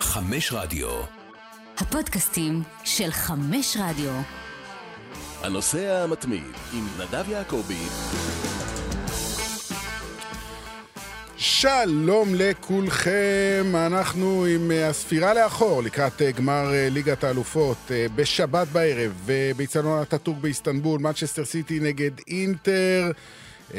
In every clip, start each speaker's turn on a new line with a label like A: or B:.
A: חמש רדיו.
B: הפודקאסטים של חמש רדיו.
A: הנוסע המתמיד עם נדב יעקבי.
C: שלום לכולכם, אנחנו עם אה, הספירה לאחור לקראת אה, גמר אה, ליגת האלופות אה, בשבת בערב, אה, באיצטדיון אטאטורק באיסטנבול, מנצ'סטר סיטי נגד אינטר, אה,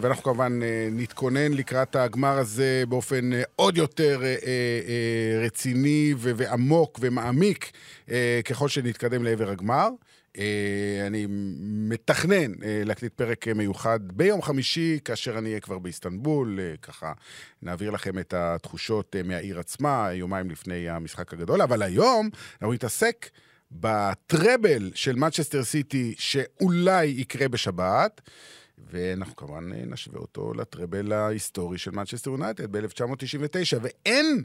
C: ואנחנו כמובן אה, נתכונן לקראת הגמר הזה באופן אה, עוד יותר אה, אה, אה, רציני ו- ועמוק ומעמיק אה, ככל שנתקדם לעבר הגמר. אה, אני מתכנן אה, להקליט פרק אה, מיוחד ביום חמישי, כאשר אני אהיה כבר באיסטנבול, אה, ככה נעביר לכם את התחושות אה, מהעיר עצמה, אה, יומיים לפני המשחק הגדול, אבל היום אנחנו נתעסק בטראבל של מנצ'סטר סיטי, שאולי יקרה בשבת. ואנחנו כמובן אה, נשווה אותו לטראבל ההיסטורי של מנצ'סטר יונייטד ב-1999, ואין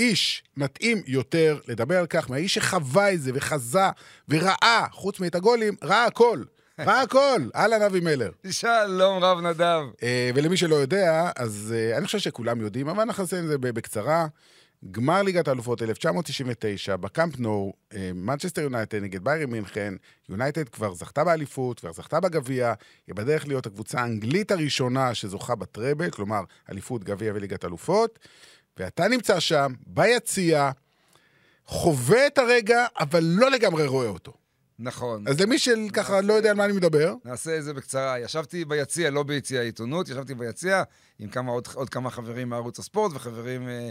C: איש מתאים יותר לדבר על כך מהאיש שחווה את זה וחזה וראה, חוץ מאת הגולים, ראה הכל. ראה הכל. אהלן אבי מלר.
D: שלום רב נדב.
C: אה, ולמי שלא יודע, אז אה, אני חושב שכולם יודעים, אבל אנחנו נעשה את זה ב- בקצרה. גמר ליגת האלופות 1999, בקאמפ נו, אה, מנצ'סטר יונייטד נגד ביירן מינכן, יונייטד כבר זכתה באליפות, כבר זכתה בגביע, היא בדרך להיות הקבוצה האנגלית הראשונה שזוכה בטראבל, כלומר, אליפות, גביע וליגת אלופות, ואתה נמצא שם, ביציע, חווה את הרגע, אבל לא לגמרי רואה אותו.
D: נכון.
C: אז למי שככה לא יודע על מה אני מדבר,
D: נעשה את זה בקצרה. ישבתי ביציע, לא ביציע העיתונות, ישבתי ביציע עם כמה, עוד, עוד כמה חברים מערוץ הספורט וחברים אה,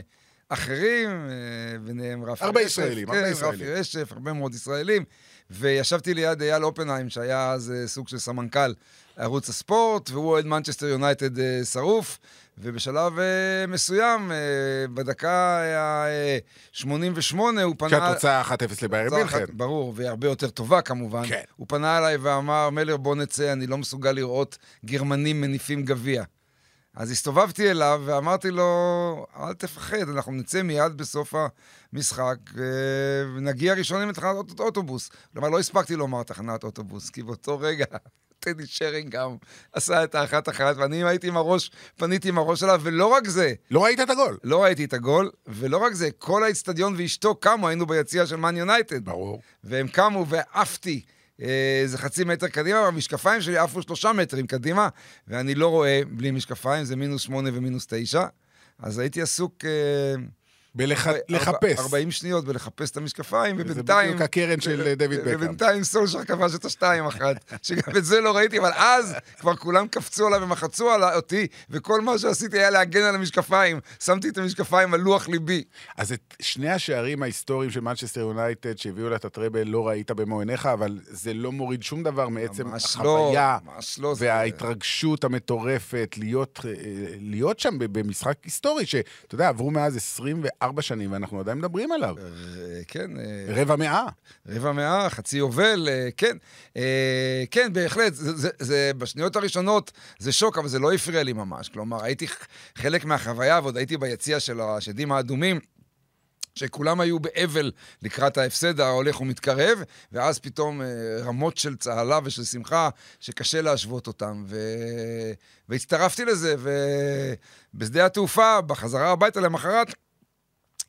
D: אחרים, אה, ביניהם רפי
C: הרבה
D: רשף.
C: ישראלים,
D: כן,
C: הרבה ישראלים.
D: רפי רשף, הרבה מאוד ישראלים. וישבתי ליד אייל אופנהיים, שהיה אז אה, סוג של סמנכ"ל ערוץ הספורט, והוא אוהד מנצ'סטר יונייטד אה, שרוף. ובשלב אה, מסוים, אה, בדקה ה-88, הוא פנה...
C: כשהתוצאה 1-0 לביירן
D: תוצאה
C: מינכן.
D: אחת, ברור, והיא הרבה יותר טובה כמובן.
C: כן.
D: הוא פנה אליי ואמר, מלר, בוא נצא, אני לא מסוגל לראות גרמנים מניפים גביע. אז הסתובבתי אליו ואמרתי לו, אל תפחד, אנחנו נצא מיד בסוף המשחק, אה, ונגיע ראשונים לתחנת אוט- אוטובוס. כלומר, לא הספקתי לומר תחנת אוטובוס, כי באותו רגע טדי שרינגהם עשה את האחת-אחת, ואני הייתי עם הראש, פניתי עם הראש אליו, ולא רק זה,
C: לא ראית את הגול.
D: לא ראיתי את הגול, ולא רק זה, כל האיצטדיון ואשתו קמו, היינו ביציע של מן יונייטד.
C: ברור.
D: והם קמו ועפתי אה, איזה חצי מטר קדימה, והמשקפיים שלי עפו שלושה מטרים קדימה, ואני לא רואה בלי משקפיים, זה מינוס שמונה ומינוס תשע. אז הייתי עסוק... אה, ארבע-
C: בלחפש.
D: ארבע- 40 שניות בלחפש את המשקפיים,
C: וזה
D: ובינתיים...
C: בדיוק הקרן של,
D: ו-
C: אה, דויד בקאם.
D: ובינתיים סולשר כבש את השתיים אחת, שגם את זה לא ראיתי, אבל אז כבר כולם קפצו עליו ומחצו על אותי, וכל מה שעשיתי היה להגן על המשקפיים. שמתי את המשקפיים על לוח ליבי.
C: אז את שני השערים ההיסטוריים של מנצ'סטר יונייטד שהביאו לה את הטראבל לא ראית במו עיניך, אבל זה לא מוריד שום דבר מעצם
D: ממש לא,
C: החוויה
D: ממש לא, זה-
C: וההתרגשות המטורפת להיות, אה, להיות שם ב- במשחק היסטורי, שאתה יודע, עברו מאז 24 שנים ואנחנו עדיין מדברים עליו.
D: אה, כן, אה,
C: רבע מאה.
D: רבע מאה, חצי יובל, אה, כן. אה, כן, בהחלט, זה, זה, זה, בשניות הראשונות זה שוק, אבל זה לא הפריע לי ממש. כלומר, הייתי ח- חלק מהחוויה, ועוד הייתי ביציע של השדים האדומים. שכולם היו באבל לקראת ההפסד ההולך ומתקרב, ואז פתאום אה, רמות של צהלה ושל שמחה שקשה להשוות אותם. ו... והצטרפתי לזה, ובשדה התעופה, בחזרה הביתה למחרת,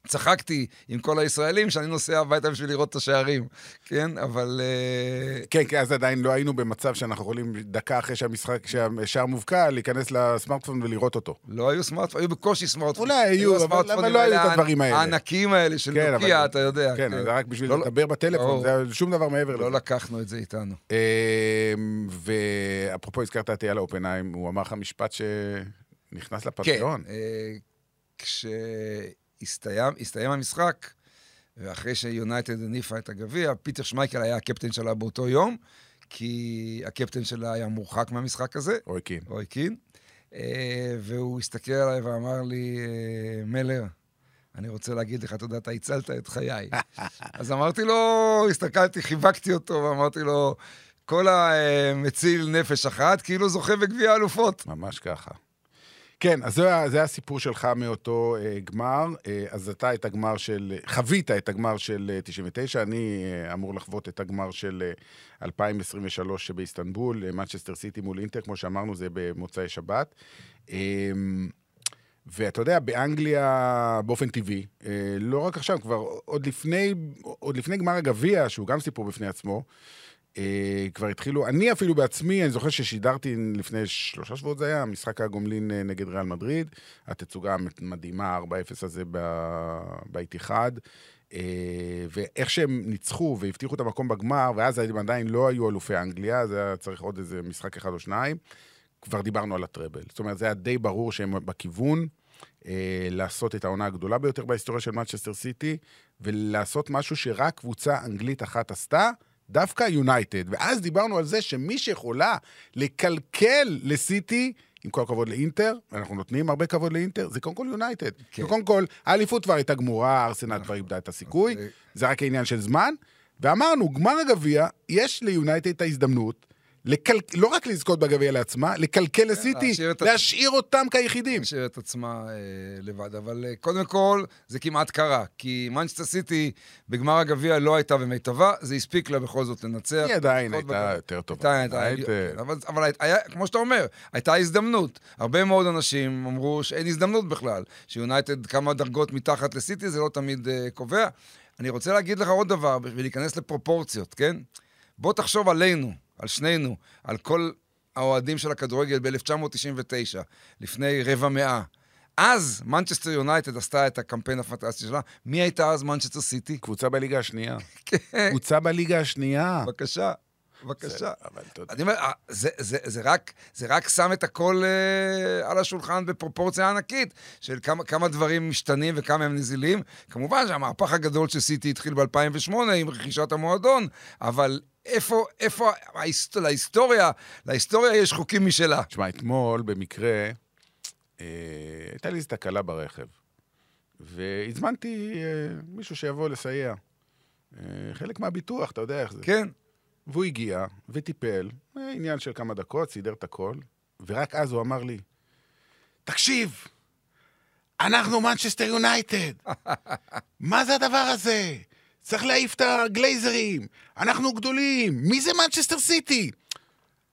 D: צחקתי עם כל הישראלים שאני נוסע הביתה בשביל לראות את השערים, כן? אבל... אה,
C: כן, כי אז עדיין לא היינו במצב שאנחנו יכולים דקה אחרי שהמשחק, שהשער מובקע, להיכנס לסמארטפון ולראות אותו.
D: לא היו סמארטפונים, היו בקושי סמארטפונים.
C: אולי היו, אבל-
D: הסמארטפונים
C: אבל לא היו את
D: האלה,
C: הדברים האלה.
D: הענקים האלה של
C: כן,
D: נוקיה,
C: אבל-
D: אתה יודע.
C: כן, זה רק בשביל
D: לא-
C: לדבר בטלפון,
D: ברור.
C: זה היה שום דבר מעבר לזה.
D: לא לקחנו את זה איתנו.
C: אמ, ואפרופו, הזכרת את אייל אופנהיים, הוא אמר לך משפט שנכנס לפנתיאון.
D: אה, כשהסתיים הסתיים המשחק, ואחרי שיונייטד הניפה את הגביע, פיטר שמייקל היה הקפטן שלה באותו יום, כי הקפטן שלה היה מורחק מהמשחק הזה.
C: רוי קין.
D: רוי קין. אה, והוא הסתכל עליי ואמר לי, אה, מלר, אני רוצה להגיד לך תודה, אתה הצלת את חיי. אז אמרתי לו, הסתכלתי, חיבקתי אותו, ואמרתי לו, כל המציל נפש אחת, כאילו זוכה בגביע האלופות.
C: ממש ככה. כן, אז זה, היה- זה היה הסיפור שלך מאותו אה, גמר. אה, אז אתה את הגמר של... חווית את הגמר של אה, 99, אני אה, אמור לחוות את הגמר של אה, 2023 שבאיסטנבול, אה, מנצ'סטר סיטי מול אינטר, כמו שאמרנו, זה במוצאי שבת. אה, ואתה יודע, באנגליה באופן טבעי, אה, לא רק עכשיו, כבר עוד לפני, עוד לפני גמר הגביע, שהוא גם סיפור בפני עצמו, אה, כבר התחילו, אני אפילו בעצמי, אני זוכר ששידרתי לפני שלושה שבועות זה היה, משחק הגומלין אה, נגד ריאל מדריד, התצוגה המדהימה, 4-0 הזה ב- באיתיחד. אה, ואיך שהם ניצחו והבטיחו את המקום בגמר, ואז הם עדיין לא היו אלופי אנגליה, אז היה צריך עוד איזה משחק אחד או שניים. כבר דיברנו על הטראבל. זאת אומרת, זה היה די ברור שהם בכיוון אה, לעשות את העונה הגדולה ביותר בהיסטוריה של מנצ'סטר סיטי, ולעשות משהו שרק קבוצה אנגלית אחת עשתה, דווקא יונייטד. ואז דיברנו על זה שמי שיכולה לקלקל לסיטי, עם כל הכבוד לאינטר, ואנחנו נותנים הרבה כבוד לאינטר, זה קודם כל יונייטד.
D: כן.
C: כן. קודם כל, האליפות כבר הייתה גמורה, הארסנל כבר איבדה את הסיכוי,
D: אז, אה,
C: זה רק עניין של זמן. ואמרנו, גמר הגביע, יש ליונייטד את ההזדמנות, לקל... לא רק לזכות בגביע לעצמה, לקלקל לסיטי,
D: כן, להשאיר את ה-
C: להשאיר אותם כיחידים.
D: להשאיר את עצמה אה, לבד. אבל אה, קודם כל, זה כמעט קרה, כי מנצ'סטר סיטי בגמר הגביע לא הייתה במיטבה, זה הספיק לה בכל זאת לנצח.
C: היא עדיין
D: לפחות
C: הייתה
D: בגמר.
C: יותר טובה.
D: הייתה, הייתה,
C: היית-
D: כן, אבל, אבל היית- היה, כמו שאתה אומר, הייתה הזדמנות. הרבה מאוד אנשים אמרו שאין הזדמנות בכלל, שיונייטד כמה דרגות מתחת לסיטי, זה לא תמיד אה, קובע. אני רוצה להגיד לך עוד דבר, בשביל להיכנס לפרופורציות, כן? בוא תחשוב עלינו, על שנינו, על כל האוהדים של הכדורגל ב-1999, לפני רבע מאה. אז מנצ'סטר יונייטד עשתה את הקמפיין הפנטסטי שלה. מי הייתה אז מנצ'סטר סיטי?
C: קבוצה בליגה השנייה.
D: כן.
C: קבוצה בליגה השנייה.
D: בבקשה, בבקשה.
C: אבל אתה יודע.
D: אני אומר, אה, זה, זה, זה, רק, זה רק שם את הכל אה, על השולחן בפרופורציה ענקית של כמה, כמה דברים משתנים וכמה הם נזילים. כמובן שהמהפך הגדול של סיטי התחיל ב-2008 עם רכישת המועדון, אבל איפה, איפה ההיסט, להיסטוריה, להיסטוריה יש חוקים משלה.
C: תשמע, אתמול במקרה, אה, הייתה לי איזו תקלה ברכב, והזמנתי אה, מישהו שיבוא לסייע. אה, חלק מהביטוח, אתה יודע איך זה.
D: כן,
C: והוא הגיע וטיפל, אה, עניין של כמה דקות, סידר את הכל, ורק אז הוא אמר לי, תקשיב, אנחנו מנצ'סטר יונייטד, מה זה הדבר הזה? צריך להעיף את הגלייזרים, אנחנו גדולים, מי זה מנצ'סטר סיטי?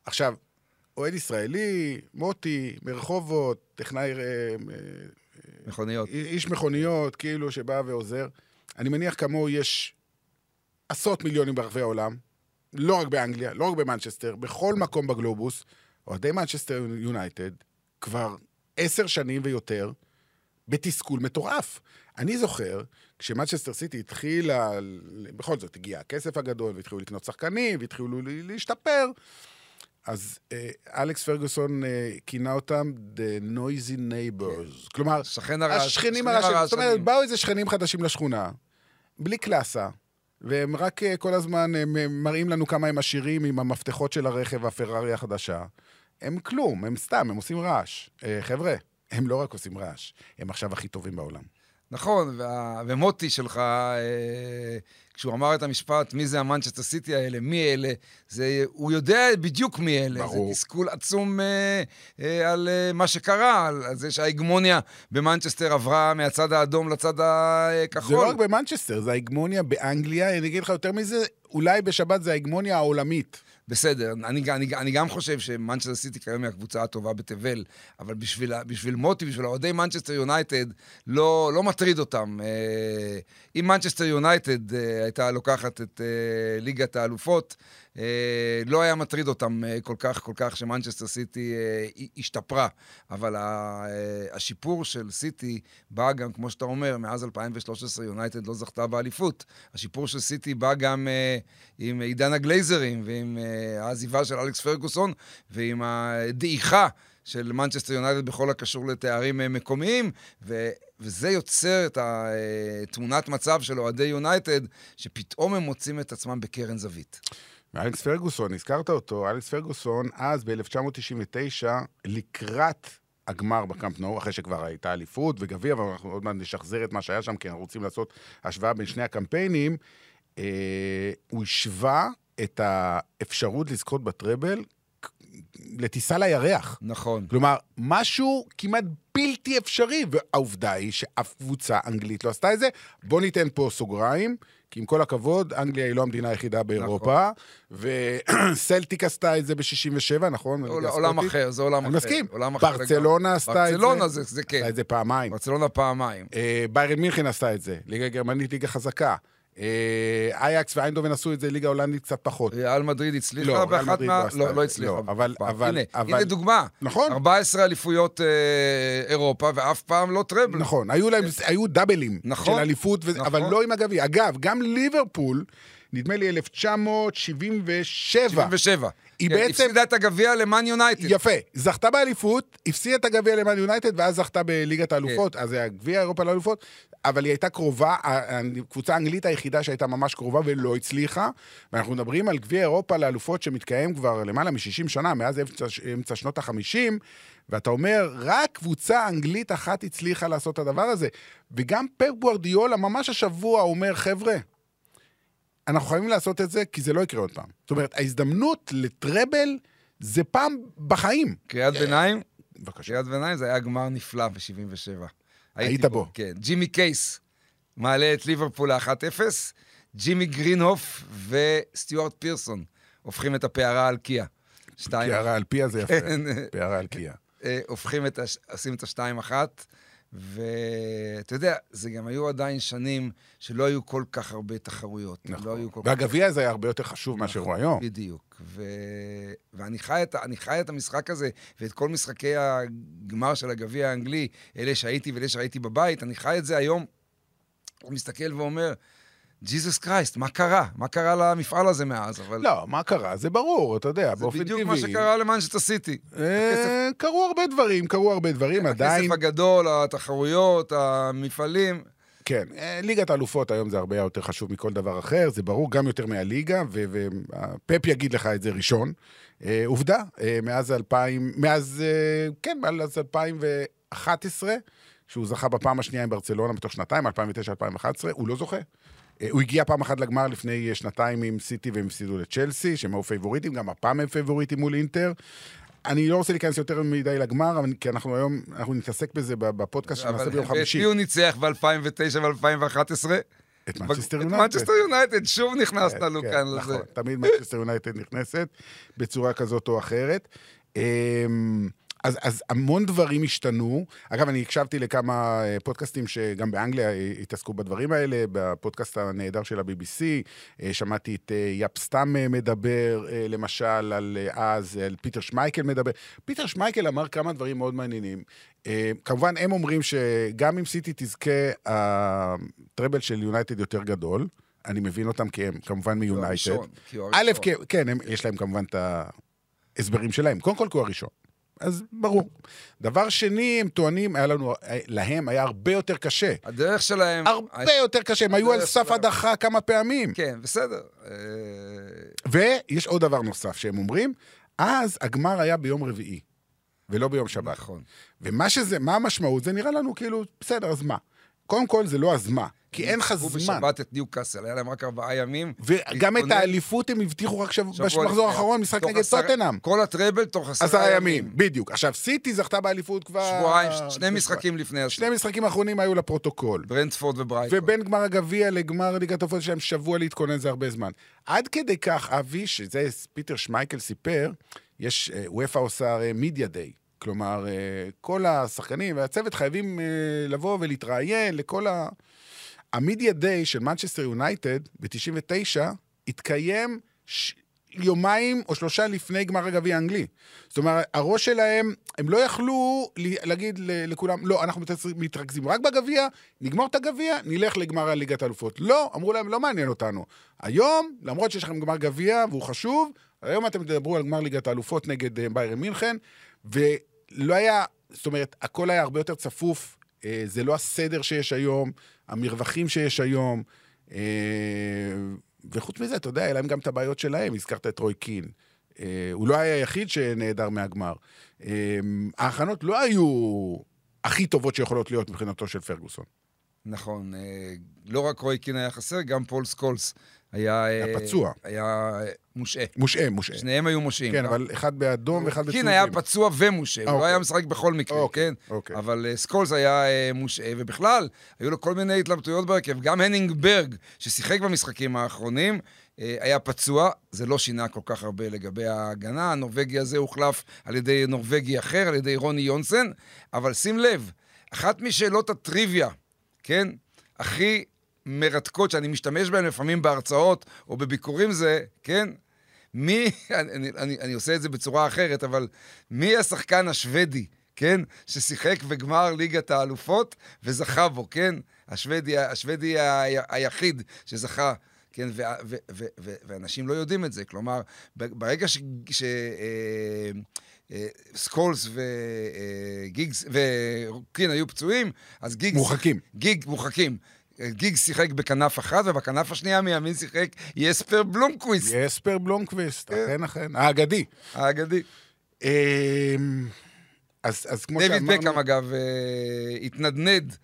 C: עכשיו, אוהד ישראלי, מוטי, מרחובות, טכנאי, אה, אה,
D: מכוניות.
C: איש מכוניות, כאילו, שבא ועוזר. אני מניח כמוהו יש עשרות מיליונים ברחבי העולם, לא רק באנגליה, לא רק במנצ'סטר, בכל מקום בגלובוס. אוהדי מנצ'סטר יונייטד כבר עשר שנים ויותר בתסכול מטורף. אני זוכר, כשמנצ'סטר סיטי התחילה, בכל זאת, הגיע הכסף הגדול, והתחילו לקנות שחקנים, והתחילו ל- להשתפר, אז אה, אלכס פרגוסון אה, כינה אותם The Noisy Neighbors. כלומר,
D: שכן הרעש-
C: השכנים
D: שכנים
C: הרעשנים. זאת אומרת,
D: הרעשנים.
C: באו איזה שכנים חדשים לשכונה, בלי קלאסה, והם רק אה, כל הזמן הם, הם מראים לנו כמה הם עשירים עם המפתחות של הרכב והפרארי החדשה. הם כלום, הם סתם, הם עושים רעש. אה, חבר'ה, הם לא רק עושים רעש, הם עכשיו הכי טובים בעולם.
D: נכון, וה... ומוטי שלך, אה, כשהוא אמר את המשפט, מי זה המנצ'סטר סיטי האלה, מי אלה, זה, הוא יודע בדיוק מי אלה.
C: ברור.
D: זה תסכול עצום אה, אה, על אה, מה שקרה, על, על זה שההגמוניה במנצ'סטר עברה מהצד האדום לצד הכחול.
C: זה לא רק במנצ'סטר, זה ההגמוניה באנגליה, אני אגיד לך יותר מזה, אולי בשבת זה ההגמוניה העולמית.
D: בסדר, אני, אני, אני גם חושב שמנצ'סטר סיטי כיום היא הקבוצה הטובה בתבל, אבל בשביל, ה- בשביל מוטי, בשביל אוהדי מנצ'סטר יונייטד, לא, לא מטריד אותם. אה, אם מנצ'סטר יונייטד אה, הייתה לוקחת את אה, ליגת האלופות, אה, לא היה מטריד אותם אה, כל כך, כל כך שמנצ'סטר סיטי אה, הי- השתפרה. אבל ה, אה, השיפור של סיטי בא גם, כמו שאתה אומר, מאז 2013 יונייטד לא זכתה באליפות. השיפור של סיטי בא גם אה, עם עידן הגלייזרים ועם אה, העזיבה של אלכס פרגוסון ועם הדעיכה של מנצ'סטר יונייטד בכל הקשור לתארים אה, מקומיים, ו, וזה יוצר את התמונת מצב של אוהדי יונייטד, שפתאום הם מוצאים את עצמם בקרן זווית.
C: ואלכס פרגוסון, הזכרת אותו, אלכס פרגוסון, אז ב-1999, לקראת הגמר בקאמפ נו, אחרי שכבר הייתה אליפות וגביע, אבל אנחנו עוד מעט נשחזר את מה שהיה שם, כי אנחנו רוצים לעשות השוואה בין שני הקמפיינים, אה, הוא השווה את האפשרות לזכות בטראבל כ- לטיסה לירח.
D: נכון.
C: כלומר, משהו כמעט בלתי אפשרי, והעובדה היא שאף קבוצה אנגלית לא עשתה את זה. בוא ניתן פה סוגריים, כי עם כל הכבוד, אנגליה היא לא המדינה
D: נכון.
C: היחידה באירופה, וסלטיק עשתה את זה ב-67, נכון?
D: עול-
C: הליגה
D: עולם
C: הסקוטית?
D: אחר, זה עולם אחר.
C: אני מסכים.
D: עולם אחר
C: ברצלונה
D: לגמרי.
C: עשתה את זה.
D: ברצלונה זה- זה כן.
C: עשתה את זה פעמיים.
D: ברצלונה פעמיים.
C: אה, ביירן מינכן עשתה את זה, ליגה גרמנית, ליגה חזקה. אה, אייקס ואיינדובן עשו את זה, ליגה הולנדית קצת פחות.
D: ריאל מדריד
C: לא,
D: הצליחה
C: ריאל
D: באחת
C: מדריד לא
D: מה...
C: עשתה את
D: לא,
C: זה.
D: לא הצליחה.
C: לא, אבל-
D: פעם.
C: אבל-
D: הנה,
C: אבל-
D: הנה דוגמה.
C: נכון.
D: 14 אליפויות אה, אירופה, ואף פעם לא טראבל.
C: נכון, היו להם, היו דאבלים
D: נכון,
C: של אליפות, וזה- אבל
D: נכון.
C: לא עם הגביע. אגב, גם ליברפול, נדמה לי 1977,
D: 77.
C: היא
D: כן,
C: בעצם-
D: הפסידה את הגביע למאן יונייטד.
C: יפה, זכתה באליפות, הפסידה את הגביע למאן יונייטד, ואז זכתה בליגת האלופות, אז זה הגביע אירופה לאלופות, אבל היא הייתה קרובה, ה- הקבוצה האנגלית היחידה שהייתה ממש קרובה ולא הצליחה, ואנחנו מדברים על גביע אירופה לאלופות שמתקיים כבר למעלה מ-60 שנה, מאז אמצע, אמצע שנות ה-50, ואתה אומר, רק קבוצה אנגלית אחת הצליחה לעשות את הדבר הזה. וגם פפ גוורדיולה ממש השבוע אומר, חבר'ה, אנחנו חייבים לעשות את זה, כי זה לא יקרה עוד פעם. זאת אומרת, ההזדמנות לטראבל זה פעם בחיים.
D: קריאת ביניים?
C: בבקשה.
D: קריאת ביניים זה היה גמר נפלא ב-77.
C: היית בו.
D: כן. ג'ימי קייס מעלה את ליברפול ל-1-0, ג'ימי גרינהוף וסטיוארט פירסון הופכים את הפערה על קיה. שתיים.
C: פיירה על פיה זה יפה.
D: כן.
C: פיירה על פיה.
D: אה, הופכים את, הש- עושים את השתיים אחת, ואתה יודע, זה גם היו עדיין שנים שלא היו כל כך הרבה תחרויות. נכון. לא היו כל כך... נכון.
C: והגביע הזה היה הרבה יותר חשוב מאשר הוא היום.
D: בדיוק. ו... ואני חי, את, ה- אני חי את המשחק הזה, ואת כל משחקי הגמר של הגביע האנגלי, אלה שהייתי ואלה שראיתי בבית, אני חי את זה היום. אני מסתכל ואומר, ג'יזוס קרייסט, מה קרה? מה קרה למפעל הזה מאז? אבל
C: לא, מה קרה? זה ברור, אתה יודע,
D: זה
C: באופן טבעי.
D: בדיוק מה שקרה למנצ'סטר סיטי.
C: אה, קרו הרבה דברים, קרו הרבה דברים, עדיין...
D: הכסף הגדול, התחרויות, המפעלים.
C: כן, אה, ליגת האלופות היום זה הרבה יותר חשוב מכל דבר אחר, זה ברור, גם יותר מהליגה, ופפ יגיד לך את זה ראשון. אה, עובדה, אה, מאז 2000, מאז, אה, כן, מאז 2011, שהוא זכה בפעם השנייה עם ברצלונה בתוך שנתיים, 2009-2011, הוא לא זוכה. אה, הוא הגיע פעם אחת לגמר לפני אה, שנתיים עם סיטי והם הפסידו לצ'לסי, שהם היו פייבוריטים, גם הפעם הם פייבוריטים מול אינטר. אני לא רוצה להיכנס יותר מדי לגמר, אבל- כי אנחנו היום, אנחנו נתעסק בזה בפודקאסט שנעשה ביום
D: אבל את
C: חמישי.
D: מי הוא ניצח ב-2009 ו-2011?
C: את מנצ'סטר יונייטד.
D: את מנצ'סטר יונייטד, שוב נכנסת
C: כן,
D: לנו
C: כן,
D: כאן
C: נכון,
D: לזה.
C: תמיד מנצ'סטר יונייטד נכנסת בצורה כזאת או אחרת. אמ, אז, אז המון דברים השתנו. אגב, אני הקשבתי לכמה אה, פודקאסטים שגם באנגליה אה, התעסקו בדברים האלה, בפודקאסט הנהדר של ה-BBC, אה, שמעתי את אה, יאפ סתם אה, מדבר, אה, למשל, על אה, אז, על פיטר שמייקל מדבר. פיטר שמייקל אמר כמה דברים מאוד מעניינים. אה, כמובן, הם אומרים שגם אם סיטי תזכה, הטראבל של יונייטד יותר גדול. אני מבין אותם כי הם כמובן מיונייטד.
D: הראשון, כי הוא
C: א',
D: הראשון.
C: כן, כן, הם- יש להם כמובן את ההסברים שלהם. קודם כל, כי הוא הראשון. אז ברור. דבר שני, הם טוענים, היה לנו, אה, להם היה הרבה יותר קשה.
D: הדרך שלהם...
C: הרבה יותר קשה, הם היו על סף
D: שלהם.
C: הדחה כמה פעמים.
D: אה, כן, בסדר. אה,
C: ויש עוד דבר נוסף שהם אומרים, אז הגמר היה ביום רביעי, ולא ביום שבת.
D: נכון.
C: ומה שזה, מה המשמעות? זה נראה לנו כאילו, בסדר, אז מה? קודם כל, זה לא אז מה, כי אין לך
D: ניצחו
C: זמן.
D: בשבת את ניוקאסל, היה להם רק ארבעה ימים.
C: וגם את
D: להתכונן.
C: האליפות הם הבטיחו רק שב-
D: שבוע
C: במחזור
D: לפני.
C: האחרון, משחק
D: תוך
C: נגד
D: עשרה-
C: טוטנאם.
D: כל הטראבל תוך
C: עשרה ימים, בדיוק. עכשיו, סיטי זכתה באליפות כבר...
D: שבועיים, ש- שני משחקים לפני
C: שני
D: הסוף.
C: משחקים האחרונים היו לפרוטוקול.
D: ברנדפורד וברייטון.
C: ובין גמר הגביע לגמר ליגת העופות שלהם שבוע להתכונן זה הרבה זמן. עד כדי כך, אבי, שזה פיטר שמייקל סיפר, יש, אה, וופא עושה הרי מידיה דיי. כלומר, אה, כל השחקנים והצוות חייבים אה, לבוא ולהתראיין לכל ה... המידיה דיי של מנצ'סטר יונייטד ב-99 התקיים ש... יומיים או שלושה לפני גמר הגביע האנגלי. זאת אומרת, הראש שלהם, הם לא יכלו ל- להגיד ל- לכולם, לא, אנחנו מתעס- מתרכזים רק בגביע, נגמור את הגביע, נלך לגמר הליגת האלופות. לא, אמרו להם, לא מעניין אותנו. היום, למרות שיש לכם גמר גביע והוא חשוב, היום אתם תדברו על גמר ליגת האלופות נגד אה, ביירן מינכן, ולא היה, זאת אומרת, הכל היה הרבה יותר צפוף, אה, זה לא הסדר שיש היום, המרווחים שיש היום, אה, וחוץ מזה, אתה יודע, היה להם גם את הבעיות שלהם, הזכרת את רוי קין. אה, הוא לא היה היחיד שנעדר מהגמר. אה, ההכנות לא היו הכי טובות שיכולות להיות מבחינתו של פרגוסון.
D: נכון, אה, לא רק רוי קין היה חסר, גם פול סקולס היה... אה,
C: הפצוע.
D: היה אה, מושעה.
C: מושעה, מושעה.
D: שניהם היו מושעים.
C: כן, אבל אחד באדום ואחד בצהובים.
D: אה? קין היה פצוע ומושעה, הוא לא
C: אוקיי.
D: היה משחק בכל מקרה,
C: אוקיי,
D: כן?
C: אוקיי.
D: אבל אה, סקולס היה אה, מושעה, ובכלל, היו לו כל מיני התלבטויות בהרכב. גם הנינג ברג, ששיחק במשחקים האחרונים, אה, היה פצוע, זה לא שינה כל כך הרבה לגבי ההגנה. הנורבגי הזה הוחלף על ידי נורבגי אחר, על ידי רוני יונסן. אבל שים לב, אחת משאלות הטריוויה, כן? הכי מרתקות, שאני משתמש בהן לפעמים בהרצאות או בביקורים זה, כן? מי, אני, אני, אני עושה את זה בצורה אחרת, אבל מי השחקן השוודי, כן? ששיחק בגמר ליגת האלופות וזכה בו, כן? השוודי, השוודי ה, היחיד שזכה. כן, ו, ו, ו, ו, ואנשים לא יודעים את זה. כלומר, ב- ברגע ש... ש אה, אה, סקולס אה, וגיגס, וקין היו פצועים, אז גיגס...
C: מורחקים.
D: גיג מורחקים. גיג שיחק בכנף אחת, ובכנף השנייה מימין שיחק יספר בלומקוויסט.
C: יספר בלונקוויסט,
D: אה?
C: אכן אכן, האגדי.
D: האגדי.
C: אמ, אז אז כמו
D: דיוויד בקאם,
C: שאמרנו,
D: אגב, אה, התנדנד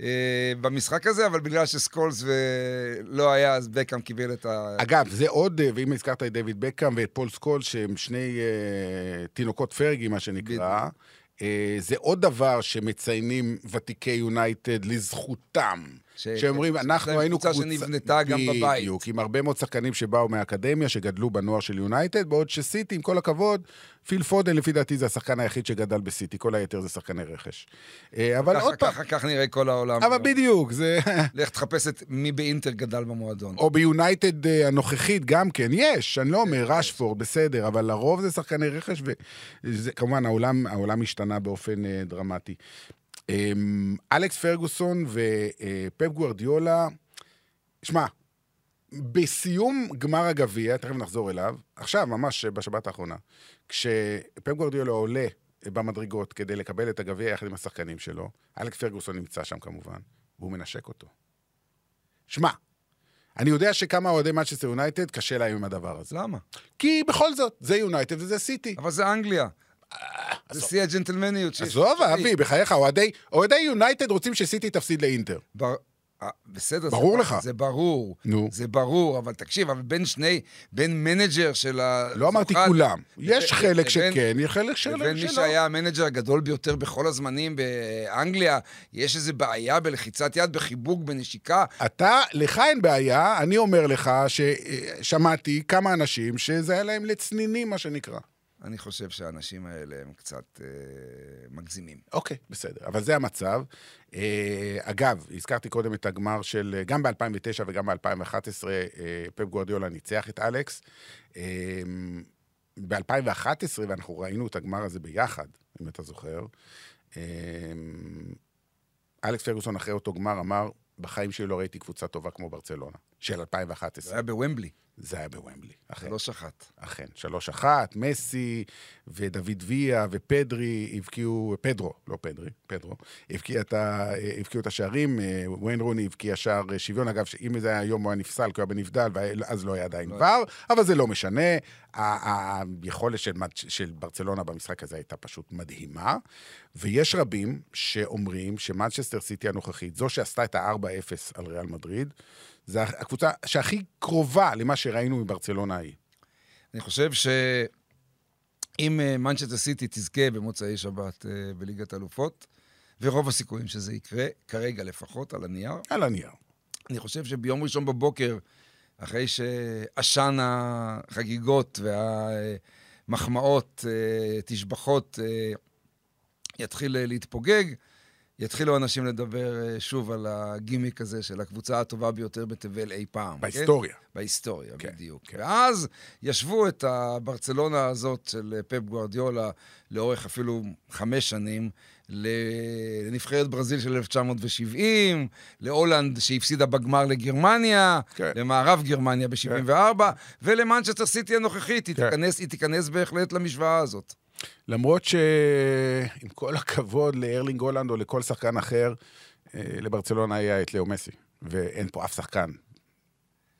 D: אה, במשחק הזה, אבל בגלל שסקולס אה, לא היה, אז בקאם קיבל את ה...
C: אגב, זה עוד, אה, ואם הזכרת את דיוויד בקאם ואת פול סקול, שהם שני אה, תינוקות פרגי, מה שנקרא, אה, זה עוד דבר שמציינים ותיקי יונייטד לזכותם.
D: ש-
C: שאומרים,
D: ש-
C: אנחנו
D: שהם
C: היינו
D: קבוצה
C: קבוצה...
D: שנבנתה גם בבית."
C: בדיוק, עם הרבה מאוד שחקנים שבאו מהאקדמיה, שגדלו בנוער של יונייטד, בעוד שסיטי, עם כל הכבוד, פיל פודן, לפי דעתי, זה השחקן היחיד שגדל בסיטי, כל היתר זה שחקני רכש. אה, אבל עוד
D: ככה- לא.
C: פעם,
D: ככה כך נראה כל העולם.
C: אבל בדיוק, זה...
D: לך תחפש את מי באינטר גדל במועדון.
C: או ביונייטד אה, הנוכחית גם כן, יש, אני לא אומר, רשפורד, בסדר, אבל לרוב זה שחקני רכש, וכמובן, העולם, העולם השתנה באופן אה, דרמטי. אה, אלכס פרגוסון ופפ גוארדיולה, שמע, בסיום גמר הגביע, תכף נחזור אליו, עכשיו, ממש בשבת האחרונה, כשפפ גוארדיולה עולה במדרגות כדי לקבל את הגביע יחד עם השחקנים שלו, אלכס פרגוסון נמצא שם כמובן, והוא מנשק אותו. שמע, אני יודע שכמה אוהדי מנצ'סטר יונייטד קשה להם עם הדבר
D: אז
C: הזה.
D: למה?
C: כי בכל זאת, זה יונייטד וזה סיטי.
D: אבל זה אנגליה. זה שיא הג'נטלמניות שיש.
C: אה, עזוב, אבי, בחייך, אוהדי אוהדי יונייטד רוצים שסיטי תפסיד לאינטר.
D: בר... אה, בסדר,
C: ברור
D: זה,
C: לך.
D: זה ברור,
C: נו.
D: זה ברור, אבל תקשיב, אבל בין שני, בין מנג'ר של ה...
C: לא אמרתי
D: זוכה-
C: כולם.
D: לבין-
C: יש חלק
D: לבין-
C: שכן, יש חלק שלא.
D: לבין מי
C: שלא.
D: שהיה המנג'ר הגדול ביותר בכל הזמנים באנגליה, יש איזו בעיה בלחיצת יד, בחיבוק, בנשיקה.
C: אתה, לך אין בעיה, אני אומר לך ששמעתי כמה אנשים שזה היה להם לצנינים, מה שנקרא.
D: אני חושב שהאנשים האלה הם קצת אה, מגזימים.
C: אוקיי, בסדר. אבל זה המצב. אה, אגב, הזכרתי קודם את הגמר של, אה, גם ב-2009 וגם ב-2011, אה, פפ גוארדיולה ניצח את אלכס. אה, ב-2011, ואנחנו ראינו את הגמר הזה ביחד, אם אתה זוכר, אה, אלכס פרגוסון אחרי אותו גמר אמר, בחיים שלי לא ראיתי קבוצה טובה כמו ברצלונה, של
D: זה
C: 2011.
D: היה בוומבלי,
C: זה היה בוומבלי, אכן.
D: זה לא שחט.
C: אכן, 3-1, מסי ודוד ויה ופדרי הבקיעו, פדרו, לא פדרי, פדרו, הבקיע את ה- הבקיעו את השערים, אה, וויין רוני הבקיע שער אה, שוויון, אגב, שאם זה היה היום הוא היה נפסל, כי הוא היה בנבדל, ואז לא היה עדיין ור, אבל זה לא משנה. ה- ה- היכולת של, מד- של ברצלונה במשחק הזה הייתה פשוט מדהימה, ויש רבים שאומרים שמנצ'סטר סיטי הנוכחית, זו שעשתה את ה-4-0 על ריאל מדריד, זה הקבוצה שהכי קרובה למה שראינו מברצלונה ההיא.
D: אני חושב שאם מנצ'טר סיטי תזכה במוצאי שבת אה, בליגת אלופות, ורוב הסיכויים שזה יקרה, כרגע לפחות, על הנייר,
C: על הנייר.
D: אני חושב שביום ראשון בבוקר, אחרי שעשן החגיגות והמחמאות, אה, תשבחות, אה, יתחיל אה, להתפוגג, יתחילו אנשים לדבר אה, שוב על הגימיק הזה של הקבוצה הטובה ביותר בתבל אי פעם.
C: בהיסטוריה.
D: כן? בהיסטוריה,
C: כן,
D: כן, בדיוק.
C: כן.
D: כן. ואז ישבו את הברצלונה הזאת של פפ גוארדיולה לאורך אפילו חמש שנים, ל- לנבחרת ברזיל של 1970, להולנד שהפסידה בגמר לגרמניה,
C: כן.
D: כן. למערב גרמניה ב-74, כן. ולמנצ'סטר סיטי הנוכחית. היא,
C: כן.
D: תיכנס, היא תיכנס בהחלט למשוואה הזאת.
C: למרות שעם כל הכבוד לארלינג הולנד או לכל שחקן אחר, אה, לברצלונה היה את לאו מסי, ואין פה אף שחקן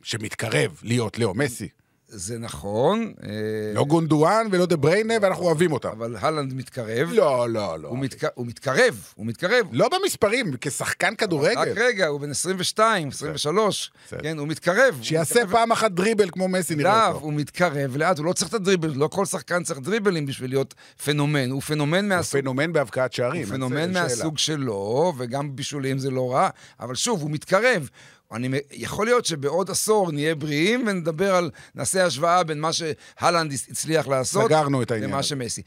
C: שמתקרב להיות לאו מסי.
D: זה נכון. אה,
C: לא גונדואן ולא דה בריינה, ואנחנו אוהבים אותם.
D: אבל הלנד מתקרב.
C: לא, לא, לא.
D: הוא מתק- הוא מתקרב, הוא מתקרב.
C: לא במספרים, כשחקן
D: רק
C: כדורגל.
D: רגע, הוא בן 22, 23.
C: בסדר.
D: כן, הוא מתקרב.
C: שיעשה
D: הוא מתקרב
C: פעם אחת דריבל כמו מסי נראה
D: לאט,
C: אותו.
D: לא, הוא מתקרב לאט, הוא לא צריך את הדריבל, לא כל שחקן צריך דריבלים בשביל להיות פנומן. הוא פנומן
C: הוא
D: מהסוג
C: פנומן בהבקעת שערים.
D: הוא
C: אין
D: פנומן
C: שאלה.
D: מהסוג שלו, וגם בישולים זה לא רע, אבל שוב, הוא מתקרב. אני, מ- יכול להיות שבעוד עשור נהיה בריאים ונדבר על, נעשה השוואה בין מה שהלנד הס- הצליח לעשות,
C: סגרנו את העניין
D: למה
C: הזה.
D: שמסי.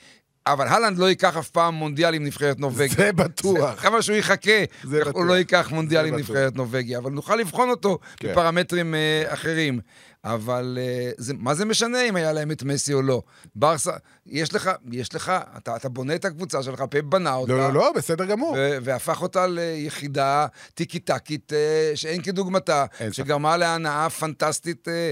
D: אבל הלנד לא ייקח אף פעם מונדיאל עם נבחרת נורבגיה.
C: זה בטוח.
D: כמה שהוא יחכה,
C: זה בטוח.
D: הוא לא ייקח מונדיאל
C: זה
D: עם
C: בטוח.
D: נבחרת נורבגיה, אבל נוכל לבחון אותו
C: כן.
D: בפרמטרים אה, אחרים. אבל אה, זה, מה זה משנה אם היה להם את מסי או לא? ברסה, יש לך, יש לך, אתה, אתה בונה את הקבוצה שלך, פאפ בנה אותה.
C: לא, לא, לא, בסדר גמור.
D: ו- והפך אותה ליחידה טיקי-טקית אה, שאין כדוגמתה,
C: אין ספק.
D: שגרמה להנאה פנטסטית אה,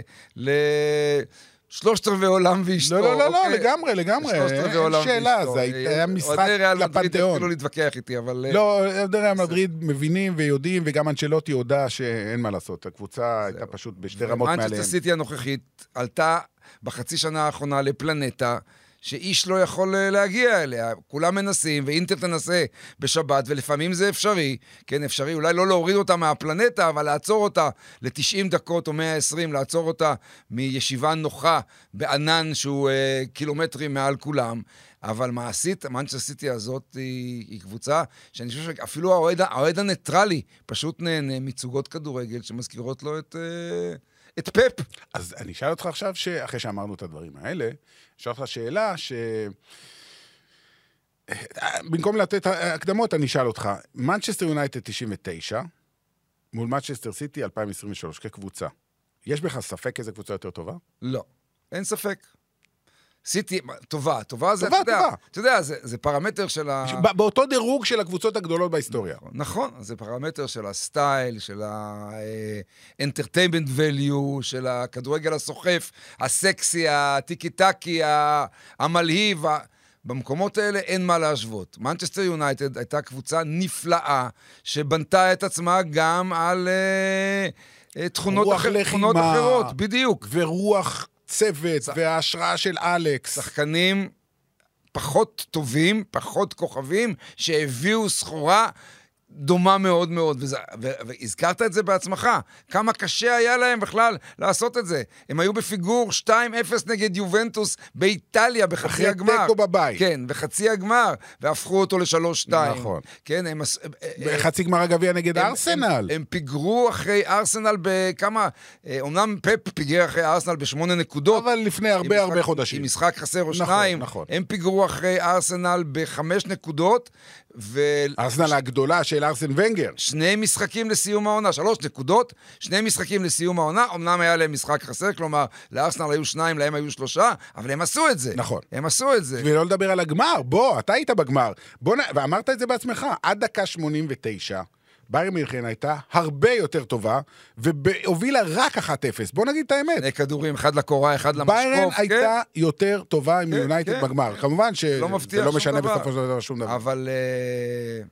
D: לשלושת רבעי עולם ואשתו.
C: לא, לא, לא, לא,
D: אוקיי?
C: לגמרי, לגמרי.
D: שלושת
C: אין
D: רבעי עולם
C: שאלה,
D: ואשתו.
C: זה היית-
D: אה,
C: היה משחק
D: אוהדי ריאל מדריד
C: לפנתיאון.
D: התחילו להתווכח איתי, אבל... אה,
C: לא, אוהדי ריאל מדריד מבינים ויודעים, וגם אנשלוטי הודה שאין מה לעשות, הקבוצה הייתה פשוט בשתי רמות מעליהם.
D: מנצ'סטר סיטי הנוכחית עלתה בחצי שנה האחרונה לפלנטה. שאיש לא יכול אה, להגיע אליה. כולם מנסים, ואינטר תנסה בשבת, ולפעמים זה אפשרי. כן, אפשרי אולי לא להוריד אותה מהפלנטה, אבל לעצור אותה ל-90 דקות או 120, לעצור אותה מישיבה נוחה בענן שהוא אה, קילומטרים מעל כולם. אבל מעשית, המנצ'סטר סיטי הזאת היא, היא קבוצה שאני חושב שאפילו האוהד, האוהד הניטרלי פשוט נהנה מצוגות כדורגל שמזכירות לו את, אה, את פפ.
C: אז אני אשאל אותך עכשיו, ש- אחרי שאמרנו את הדברים האלה, אשאל אותך שאלה ש... במקום לתת הקדמות, אני אשאל אותך. מנצ'סטר יונייטד 99 מול מנצ'סטר סיטי 2023 כקבוצה. יש בך ספק איזה קבוצה יותר טובה?
D: לא, אין ספק. סיטי, מה, טובה, טובה זה,
C: טובה,
D: אתה יודע,
C: טובה.
D: אתה יודע, זה, זה פרמטר של ה...
C: ב- באותו דירוג של הקבוצות הגדולות בהיסטוריה.
D: נכון, זה פרמטר של הסטייל, של ה-entertainment value, של הכדורגל הסוחף, הסקסי, הטיקי-טקי, ה- המלהיב. ה- במקומות האלה אין מה להשוות. מנצ'סטר יונייטד הייתה קבוצה נפלאה, שבנתה את עצמה גם על אה, אה, תכונות,
C: רוח
D: אחר, תכונות
C: לחימה.
D: אחרות, בדיוק.
C: ורוח צוות,
D: צ-
C: וההשראה של אלכס.
D: שחקנים פחות טובים, פחות כוכבים, שהביאו סחורה דומה מאוד מאוד. וזה, ו, והזכרת את זה בעצמך, כמה קשה היה להם בכלל לעשות את זה. הם היו בפיגור 2-0 נגד יובנטוס באיטליה בחצי
C: אחרי
D: הגמר.
C: תיקו בבית.
D: כן, בחצי הגמר, והפכו אותו ל-3-2.
C: נכון.
D: כן, הם... עש-
C: חצי גמר הגביע נגד
D: הם-
C: ארסנל.
D: הם, הם פיגרו אחרי ארסנל בכמה... אה, אומנם פפ פיגר אחרי ארסנל בשמונה נקודות.
C: אבל לפני
D: עם
C: הרבה
D: לא- משחק-
C: הרבה חודשים.
D: עם משחק חסר או
C: נכון,
D: שניים.
C: נכון.
D: הם פיגרו אחרי ארסנל בחמש נקודות, ושני
C: ארסנל הגדולה של ארסן ונגר.
D: משחקים לסיום העונה, שלוש נקודות, שני משחקים לסיום העונה, אמנם היה להם משחק חסר, כלומר, לארסנל היו שניים, להם היו שלושה, אבל הם עשו את זה.
C: נכון.
D: הם עשו את זה.
C: ולא לדבר על הגמר, בוא, אתה היית בגמר. בוא נ... ואמרת את זה בעצמך, עד דקה 89, ביירן מינכן הייתה הרבה יותר טובה, והובילה רק 1-0. בוא נגיד את האמת.
D: שני כדורים, אחד לקורה, אחד למשקוף.
C: ביירן
D: כן?
C: הייתה יותר טובה עם יונייטד
D: כן.
C: בגמר. כמובן שזה
D: לא מבטיח
C: לא
D: שום
C: משנה
D: דבר.
C: בסופו של דבר שום דבר.
D: כן? אבל... אה,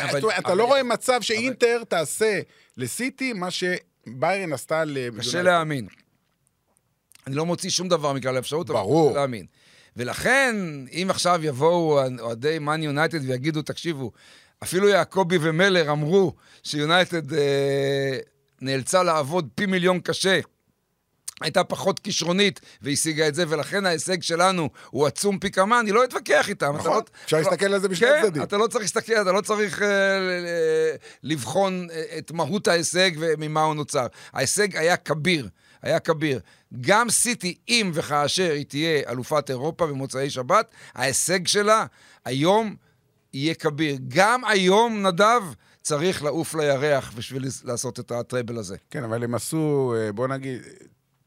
C: אה,
D: אבל-
C: זאת אומרת, אתה
D: אבל-
C: לא רואה מצב שאינטר תעשה לסיטי מה שביירן עשתה ל...
D: קשה להאמין. אני לא מוציא שום דבר מכלל האפשרות, אבל
C: ברור.
D: קשה להאמין. ולכן, אם עכשיו יבואו אוהדי מאן יונייטד ויגידו, תקשיבו, אפילו יעקבי ומלר אמרו שיונייטד אה, נאלצה לעבוד פי מיליון קשה. הייתה פחות כישרונית והשיגה את זה, ולכן ההישג שלנו הוא עצום פי כמה, אני לא אתווכח איתם. אתה
C: נכון,
D: לא-
C: אפשר
D: אתה לא-
C: להסתכל על זה בשני
D: כן,
C: הצדדים.
D: אתה לא צריך להסתכל, אתה לא צריך אה, ל- ל- לבחון אה, את מהות ההישג וממה הוא נוצר. ההישג היה כביר, היה כביר. גם סיטי, אם וכאשר היא תהיה אלופת אירופה במוצאי שבת, ההישג שלה היום יהיה כביר. גם היום, נדב, צריך לעוף לירח בשביל לעשות את הטראבל הזה.
C: כן, אבל הם עשו, אה, בוא נגיד,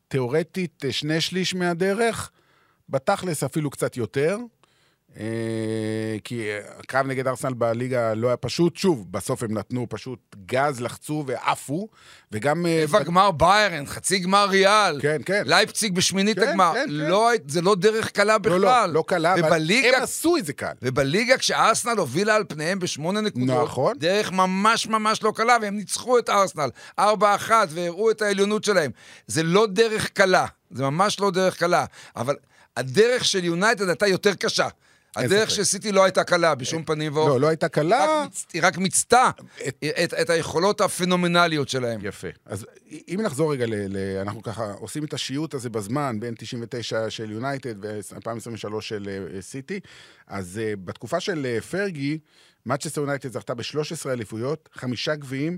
C: תיאורטית אה, שני שליש מהדרך, בתכלס אפילו קצת יותר, אה, כי אה, הקרב נגד ארסנל בליגה לא היה פשוט. שוב, בסוף הם נתנו פשוט גז, לחצו ועפו, וגם... אה,
D: רבע גמר ביירן, חצי גמר ריאל.
C: כן, כן.
D: לייפציג בשמינית
C: כן,
D: הגמר.
C: כן, כן.
D: לא, הי- זה לא דרך קלה בכלל.
C: לא, לא, לא קלה, אבל
D: ובליגה
C: הם עשו את זה קל.
D: ובליגה כשארסנל הובילה על פניהם בשמונה נקודות,
C: נכון.
D: דרך ממש ממש לא קלה, והם ניצחו את ארסנל, 4-1, והראו את העליונות שלהם. זה לא דרך קלה. זה ממש לא דרך קלה, אבל הדרך של יונייטד הייתה יותר קשה.
C: אין
D: הדרך
C: ספק.
D: של סיטי לא הייתה קלה בשום פנים ואופן.
C: לא, לא הייתה קלה.
D: רק מצ- היא רק מיצתה
C: את-
D: את- את היכולות הפנומנליות שלהם.
C: יפה. אז אם נחזור רגע ל... ל אנחנו ככה עושים את השיוט הזה בזמן, בין 99 של יונייטד ו-2023 של אה, סיטי, אז אה, בתקופה של אה, פרגי, מצ'סטר יונייטד זכתה ב-13 אליפויות, חמישה גביעים.